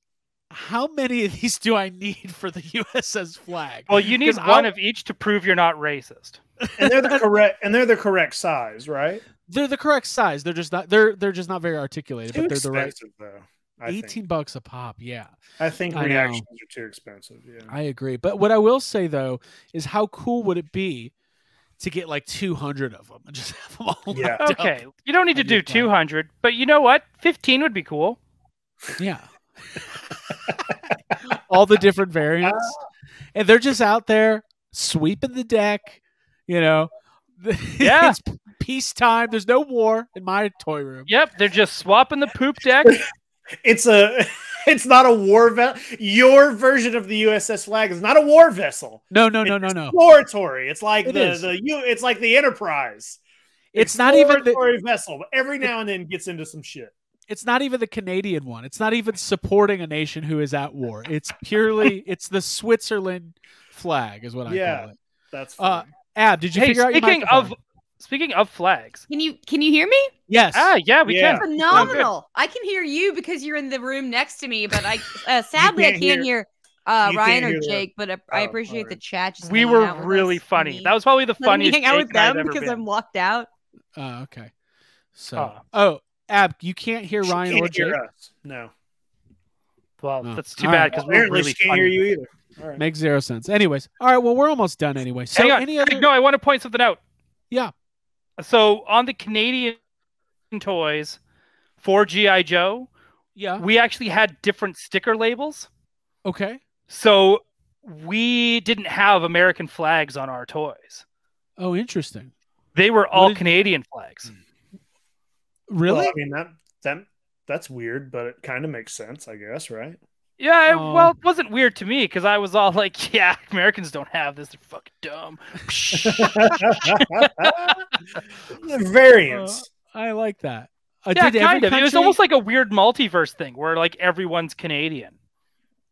how many of these do I need for the *laughs* USS flag?
Well, you need
'Cause
one
I'll-
of each to prove you're not racist.
and
*laughs*
they're the correct and they're the correct size, right?
They're the correct size. They're just not they're they're just not very articulated, but they're the right
though. I
18
think.
bucks a pop yeah
I think
I know.
reactions are too expensive.
*laughs*
Yeah.
i agree but what i will say though is how cool would it be to get like 200 of them and just *laughs* have them all
Yeah.
lined up?
Okay, you don't need to
That'd be
do
fun.
200, but you know what? 15 would be cool.
yeah *laughs* all the different variants
Uh,
and they're just out there sweeping the deck you know *laughs*
Yeah.
it's peacetime there's no war in my toy room
Yep, they're just swapping the poop deck.
It's a *laughs* it's not a war vessel. Your version of the USS flag is not a war vessel.
no no no no
It's
no
Exploratory. It's like
It
the
is.
the you. It's like the Enterprise.
it's not even the,
exploratory vessel, but every now and then gets into some shit.
it's not even the Canadian one. It's not even supporting a nation who is at war. It's purely
*laughs*
it's the Switzerland flag is what I
Yeah.
call it.
That's
Uh,
funny.
Ab, did you
Hey,
figure out your
speaking of
microphone?
speaking of flags,
Can you can you hear me?
yes.
ah, yeah, we
Yeah.
can.
Phenomenal. I can hear you because you're in the room next to me, but I uh, sadly I
can't
can't hear, uh,
you
Ryan
can't
or
hear the-
Jake. But I, I
Oh,
appreciate the
alright.
chat. Just
we
hanging
were
out with
really
us,
funny.
me.
That was probably the
*laughs* Letting me
funniest
hang out
Jake
with
night I've
them
ever
because
been.
I'm locked out.
Ah, okay. So
Ah.
oh Ab, you can't hear
She
Ryan
can't
or Jake.
hear us. No,
Well,
No.
that's too
All
bad
right.
because we're
apparently
really
she can't
funny.
hear you either. All right.
Makes zero sense. Anyways, all right. Well, we're almost done anyway. So
Hang on.
any
Craig,
other?
*laughs* No, I want to point something out.
Yeah.
So on the Canadian toys for GI Joe,
Yeah.
we actually had different sticker labels.
Okay.
So we didn't have American flags on our toys.
Oh, interesting.
They were all
did-
Canadian flags.
Really? *laughs*
Well, I mean that that that's weird, but it kind of makes sense, I guess, right? *laughs*
It- Yeah, it-
Oh.
well, it wasn't weird to me because I was all like, *laughs* "Yeah, Americans don't have this; they're fucking *laughs* dumb."
Variants.
I like that. Uh,
yeah,
did
kind
every
of. It was
country-
almost like a weird multiverse thing where like everyone's Canadian.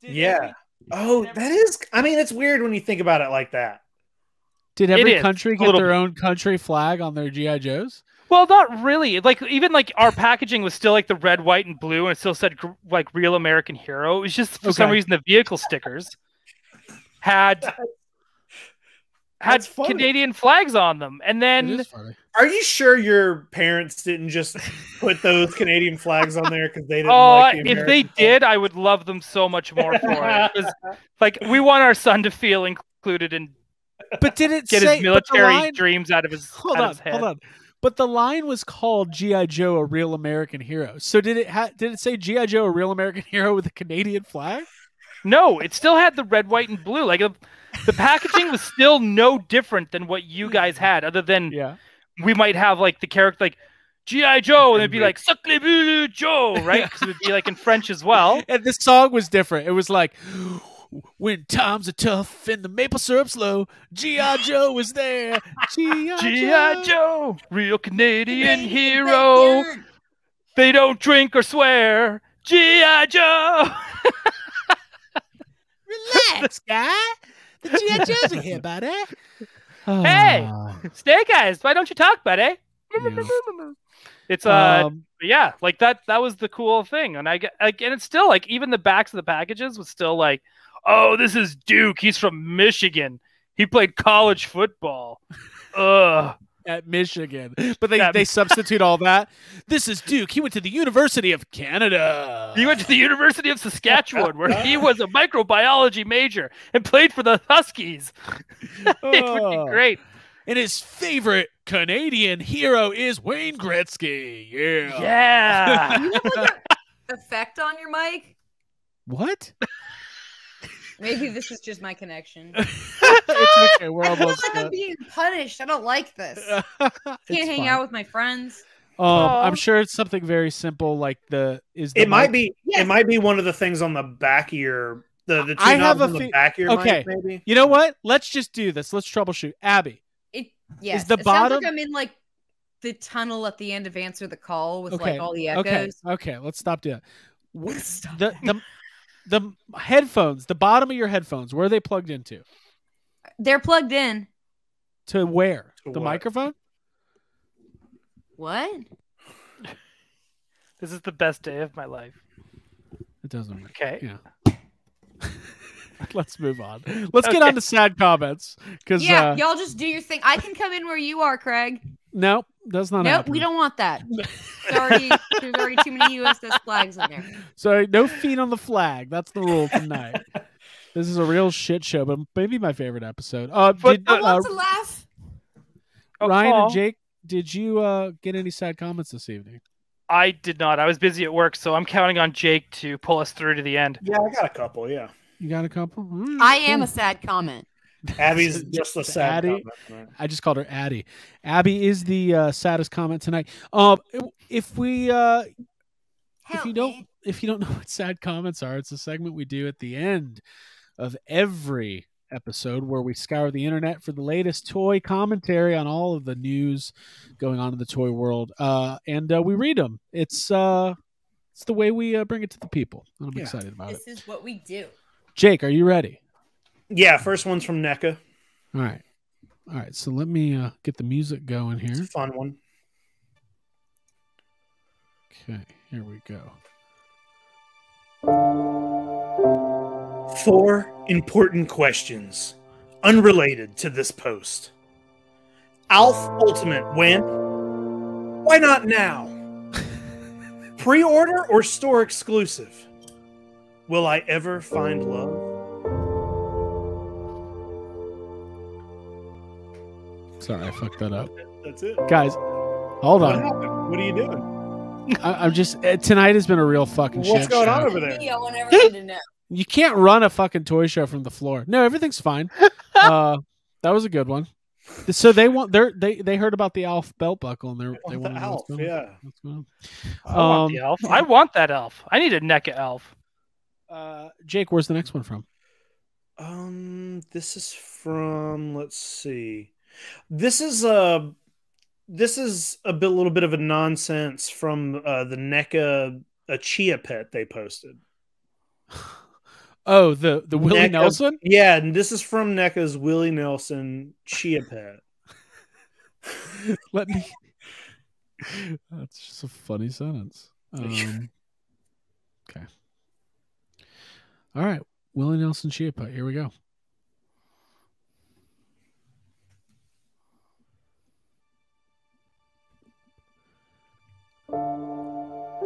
did
yeah.
every-
Oh, that is. I mean, it's weird when you think about it like that.
Did
It
every
is,
country
a
get
little
their
bit.
own country flag on their GI Joes?
Well, not really. Like even like our packaging was still like the red, white, and blue, and it still said gr- like "Real American Hero." It was just for some
Okay.
reason the vehicle stickers had had
That's funny.
Canadian flags on them, and
It
then
is
*laughs*
funny.
Are you sure your parents didn't just put those Canadian flags on there because they didn't?
Oh,
like the
if they
American flag?
did, I would love them so much more for it. 'Cause, like, we want our son to feel included and
But did it say
get his
but the
military
line-
dreams out of his,
Hold
out of
on,
his head.
hold on. But the line was called GI Joe a real American hero. So did it ha- did it say GI Joe a real American *laughs* hero with a Canadian flag?
No, it still had the red, white, and blue. Like, the the packaging was still no different than what you guys had, other than
Yeah.
we might have, like, the character, like, G.I. Joe, and it'd be like, Sacre bleu Joe, right? Because it would be, like, in French
*laughs*
as well.
And this song was different. It was like when times are tough and the maple syrup's low, G.I. Joe is
*laughs*
there. G.I.
G.I. Joe, real Canadian hero. They don't drink or swear. G.I. Joe. *laughs*
Relax, guy. The
*laughs*
G.I. Joes are here, buddy.
Hey!
Ah,
Snake Eyes, why don't you talk, buddy?
Yeah.
It's uh
um,
yeah, like that that was the cool thing. And I get like and it's still like even the backs of the packages was still like, Oh, this is Duke, he's from Michigan. He played college football. Ugh.
at Michigan. But they,
Yeah.
they substitute all that. This is Duke. He went to the University of Canada.
He went to the University of Saskatchewan where he was a microbiology major and played for the Huskies. *laughs* It would
Oh.
be great.
And his favorite Canadian hero is Wayne Gretzky. Yeah.
*laughs*
Yeah.
You have like a effect on your mic.
*laughs*
What?
Maybe this is just
*laughs*
my connection.
it's okay. We're
I feel
almost.
like I'm being punished. I don't like
*laughs*
this. *laughs*
Can't
Can't hang out with my friends.
Um, I'm
Aw.
sure it's something very simple, like the is. The
It might
mic-
be.
Yes.
It might be one of the things on the back of your the the two
I have
knobs
a
on the
fe-
back of your
Okay.
mic, maybe.
You know what? Let's just do this. Let's troubleshoot. Abby,
It yes.
the
it sounds
bottom-
like I'm in like the tunnel at the end of answer the call with
Okay,
like all the
okay,
echoes.
okay. Let's stop doing. That. Wh-
Stop
the the
*laughs*
the headphones, the bottom of your headphones, where are they plugged into?
They're plugged in.
To where?
To
the
what?
microphone?
What?
this is the best day of my life.
It doesn't.
*laughs*
Work.
Okay.
Yeah. Let's move on. Let's get
Okay.
on to sad comments because
Yeah,
uh,
y'all just do your thing. I can come in where you are, Craig.
no, that's not.
Nope,
happening.
we don't
*laughs*
want that. There's already, there's already too many USS flags in there.
*laughs* So no feet on the flag. That's the rule tonight. this is a real shit show, but maybe my favorite episode. Uh,
But
did,
the-
I
uh,
want to laugh.
Oh,
Ryan
Paul,
and Jake, did you uh, get any sad comments this evening?
I did not. I was busy at work, so I'm counting on Jake to pull us through to the end.
Yeah, I got a couple. Yeah,
You got a couple? Mm, All right,
I am a
cool.
sad comment.
Abby's just a sad.
Abby.
comment.
I just called her Addie. Abby is the uh, saddest comment tonight. Um, if we uh, if
Help
you don't
me.
if you don't know *laughs* what sad comments are, it's a segment we do at the end of every episode where we scour the internet for the latest toy commentary on all of the news going on in the toy world, uh, and uh, we read them. It's uh, it's the way we uh, bring it to the people. and I'm
Yeah.
excited about it.
is what we do.
Jake, are you ready?
Yeah, first one's from NECA.
All right, all right. So let me uh, get the music going
It's a
here.
fun one.
Okay, here we go.
Four important questions unrelated to this post. Alf Ultimate when? Why not now? Pre order or store exclusive? Will I ever find love?
Sorry, I fucked that up,
That's it.
guys. Hold
What
on.
happened? What are you doing?
I, I'm just uh, tonight has been a real fucking shit.
What's going
show.
on over there?
to
*laughs*
know.
You can't run a fucking toy show from the floor. No, everything's fine. uh, that was a good one. So they want they are they they heard about the Alf belt buckle and they're, they
What
want
Oh, the
to know what's
Alf?
going on.
Yeah.
Oh,
What's going on.
I want
Um,
the elf. I want that elf. I need a NECA elf.
Uh, Jake, where's the next one from? *laughs*
Um, this is from. Let's see. This is a. This is a bit, little bit of a nonsense from uh, the NECA a chia pet they posted.
Oh, the the Willie
Neck of- *laughs*
Nelson.
Yeah, and this is from NECA's Willie Nelson chia pet.
Let me. That's just a funny sentence. Um, okay. All right, Willie Nelson Chia Pet. Here we go.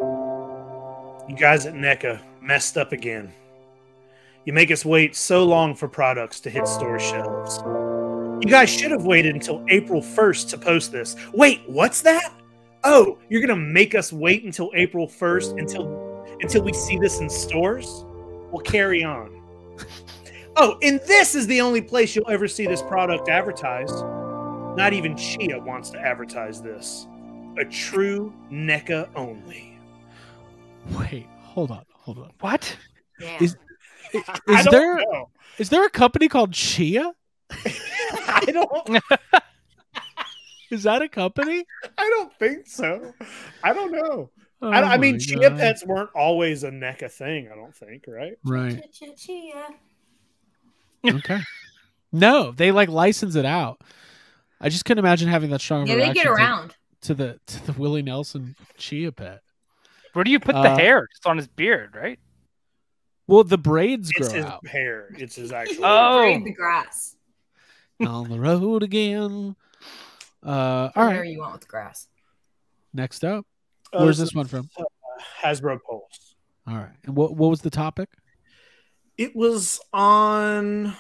You guys at NECA messed up again. You make us wait so long for products to hit store shelves. You guys should have waited until April 1st to post this. Wait, what's that? Oh, you're going to make us wait until April 1st until until we see this in stores? Well, carry
*laughs*
on. Oh, and this is the only place you'll ever see this product advertised. Not even Chia wants to advertise this. A true NECA only.
Wait, hold on, hold on.
What?
Yeah.
Is-
*laughs* I
Is
don't
there
know.
is there a company called Chia?
*laughs* I don't.
Is that a company?
I don't think so. I don't know. I, don't- I
Oh
mean,
my
chia
God.
pets weren't always a NECA thing. I don't think, right?
*laughs* Right. Okay. No, they like license it out. I just couldn't imagine having that strong. of a
yeah, they get
reaction to-
around.
to the to the Willie Nelson Chia Pet.
Where do you put the
Uh,
hair? It's on his beard, right?
Well, the braids grow
It's his
out.
hair. It's his actual.
Oh.
Braid the grass.
on the road again. Uh, all
Whatever
right.
you want with grass.
Next up,
Uh,
where's this one from?
uh, Hasbro Pulse.
All right. And what what was the topic?
It was on.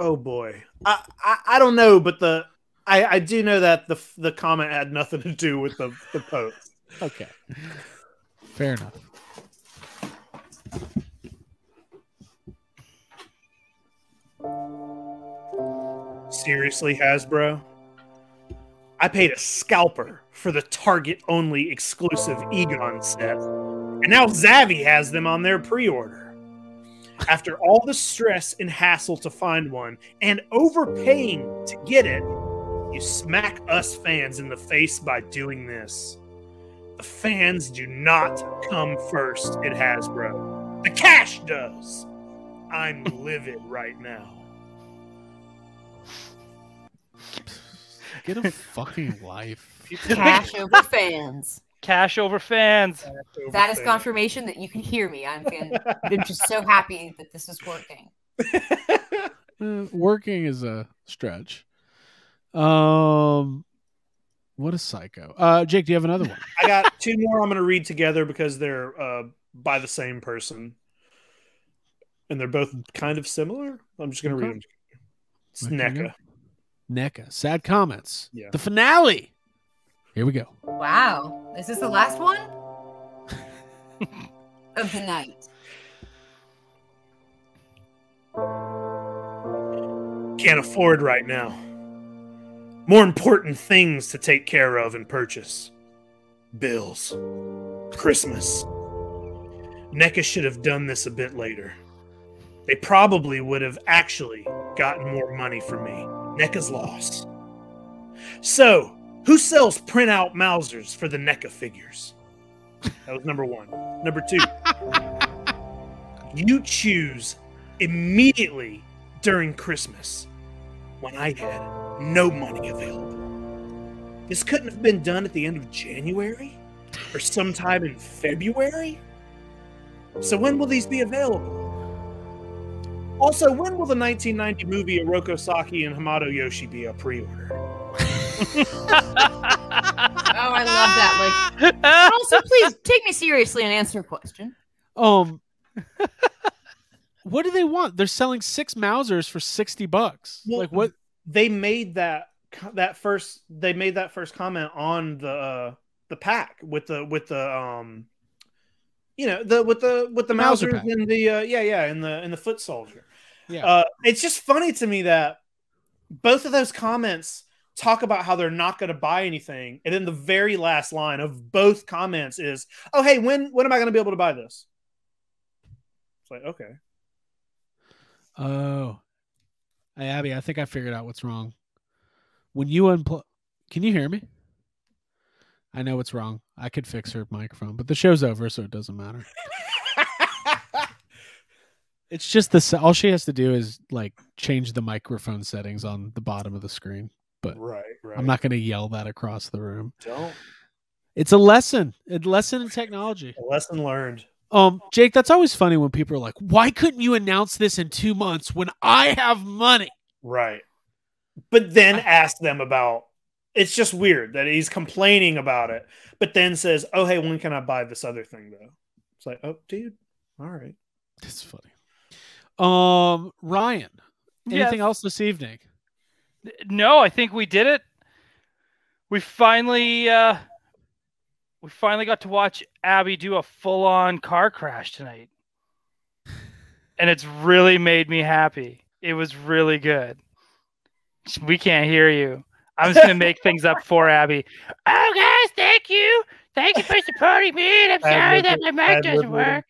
Oh boy, I I, I don't know, but the I I do know that the the comment had nothing to do with the the post.
Okay. Fair enough.
Seriously, Hasbro? I paid a scalper for the Target only exclusive Egon set, and now Zavi has them on their pre order. After all the stress and hassle to find one and overpaying to get it, you smack us fans in the face by doing this. The fans do not come first at Hasbro, the cash does. I'm livid right now.
Get a fucking life.
Cash oh, over fans.
Cash
*laughs*
over fans.
That is
Overpaying.
confirmation that you can hear me. I'm, fan- I'm just so happy that this is working.
Uh, working is a stretch. Um, what a psycho. Uh, Jake, do you have another one?
I got two more I'm going to read together because they're uh, by the same person. And they're both kind of similar. I'm just going to read them. *laughs* It's
Okay.
NECA.
NECA. E Sad comments.
Yeah.
The finale. Here we go.
Wow. Is this the last one? *laughs* of the night.
Can't afford right now. More important things to take care of and purchase bills, Christmas. NECA should have done this a bit later. They probably would have actually gotten more money from me. NECA's loss. So, who sells printout Mausers for the NECA figures? That was number one. Number two, you choose immediately during Christmas when I had no money available. This couldn't have been done at the end of January or sometime in February. So when will these be available? Also, when will the 1990 movie Oroko Saki and Hamato Yoshi be a pre-order?
Oh, I love that.
*laughs*
Like, also, please take me seriously and answer a question.
Um, what do they want? They're selling six Mausers for sixty bucks.
Well,
like what?
They made that that first they made that first comment on the uh, the pack with the with the um you know the with the with the
Mauser
Mausers
pack.
and the uh, yeah yeah and the and the foot soldier.
Yeah.
Uh, it's just funny to me that both of those comments talk about how they're not going to buy anything, and then the very last line of both comments is, "Oh hey, when when am I going to be able to buy this?" It's like, okay.
Oh, hey Abby, I think I figured out what's wrong. When you unplug, can you hear me? I know what's wrong. I could fix her microphone, but the show's over, so it doesn't matter. it's just the s- all she has to do is like change the microphone settings on the bottom of the screen.
*laughs* Right, right.
I'm not going to yell that across the room.
Don't.
It's a lesson, a lesson in technology.
A lesson learned.
Um, Jake, that's always funny when people are like, "Why couldn't you announce this in two months when I have money?"
Right. But then ask them about it's just weird that he's complaining about it, but then says, Oh, hey, when can I buy this other thing though? It's like, oh dude, all right.
That's funny. Um, Ryan,
Yes.
anything else this evening?
No, I think we did it. We finally uh we finally got to watch Abby do a full-on car crash tonight. And it's really made me happy. It was really good. We can't hear you. I'm just gonna make things up for Abby. Oh guys, thank you. Thank you for supporting
*laughs*
me. And I'm sorry
Ad
that
lib-
my mic
ad lib reading.
doesn't work.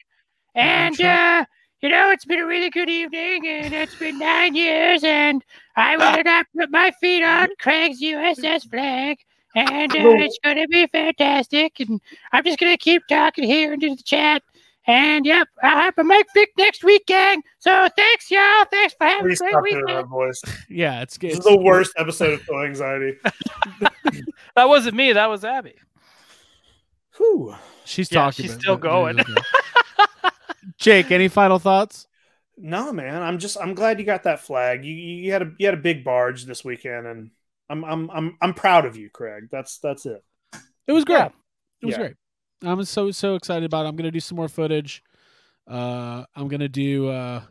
And uh, you know, it's been a really good evening and it's been nine years and I
Ah.
will not put my feet on
Mm-hmm.
Craig's USS flag, and uh, it's going to be fantastic. And I'm just going to keep talking here into the chat. And yep, I'll have a mic pick next week, gang. So thanks, y'all. Thanks for having
Please
a great
stop doing that
weekend.
*laughs* voice.
Yeah, it's
This
good.
is the worst episode of Toy *laughs* Anxiety.
That wasn't me. That was Abby.
Whew.
She's
Yeah,
talking.
she's
about-
still going. *laughs*
Jake, any final thoughts?
No, man. I'm just I'm glad you got that flag. You you you had a you had a big barge this weekend and I'm I'm I'm I'm proud of you, Craig. That's that's
*laughs*
it.
It was great.
Yeah.
It was
Yeah.
great. I'm so so excited about it. I'm gonna do some more footage. Uh I'm gonna do uh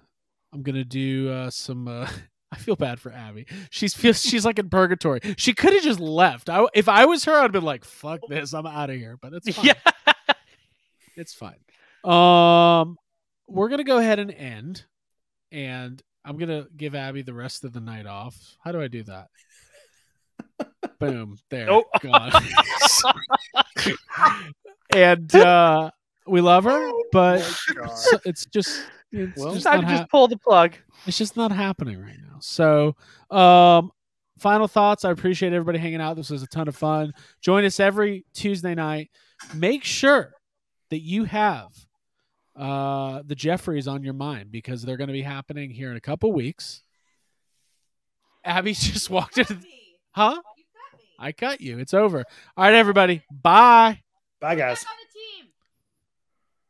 I'm gonna do uh some uh *laughs* I feel bad for Abby. She's feels *laughs* she's like in purgatory. She could have just left. I, if I was her, I'd have been like, fuck this, I'm out of here. But it's fine.
*laughs* Yeah.
It's fine. Um we're gonna go ahead and end. And I'm gonna give Abby the rest of the night off. How do I do that? Boom. There.
Nope.
Gone. and uh we love her, but so- it's just it's
Well,
just not
Time to
hap-
just pull the plug.
it's just not happening right now. So, um, final thoughts. I appreciate everybody hanging out. This was a ton of fun. Join us every Tuesday night. Make sure that you have uh, the Jeffries on your mind because they're going to be happening here in a couple weeks. Abby *laughs* just walked in. Huh? I cut you. It's over. All right, everybody. Bye.
Bye guys.
Guys.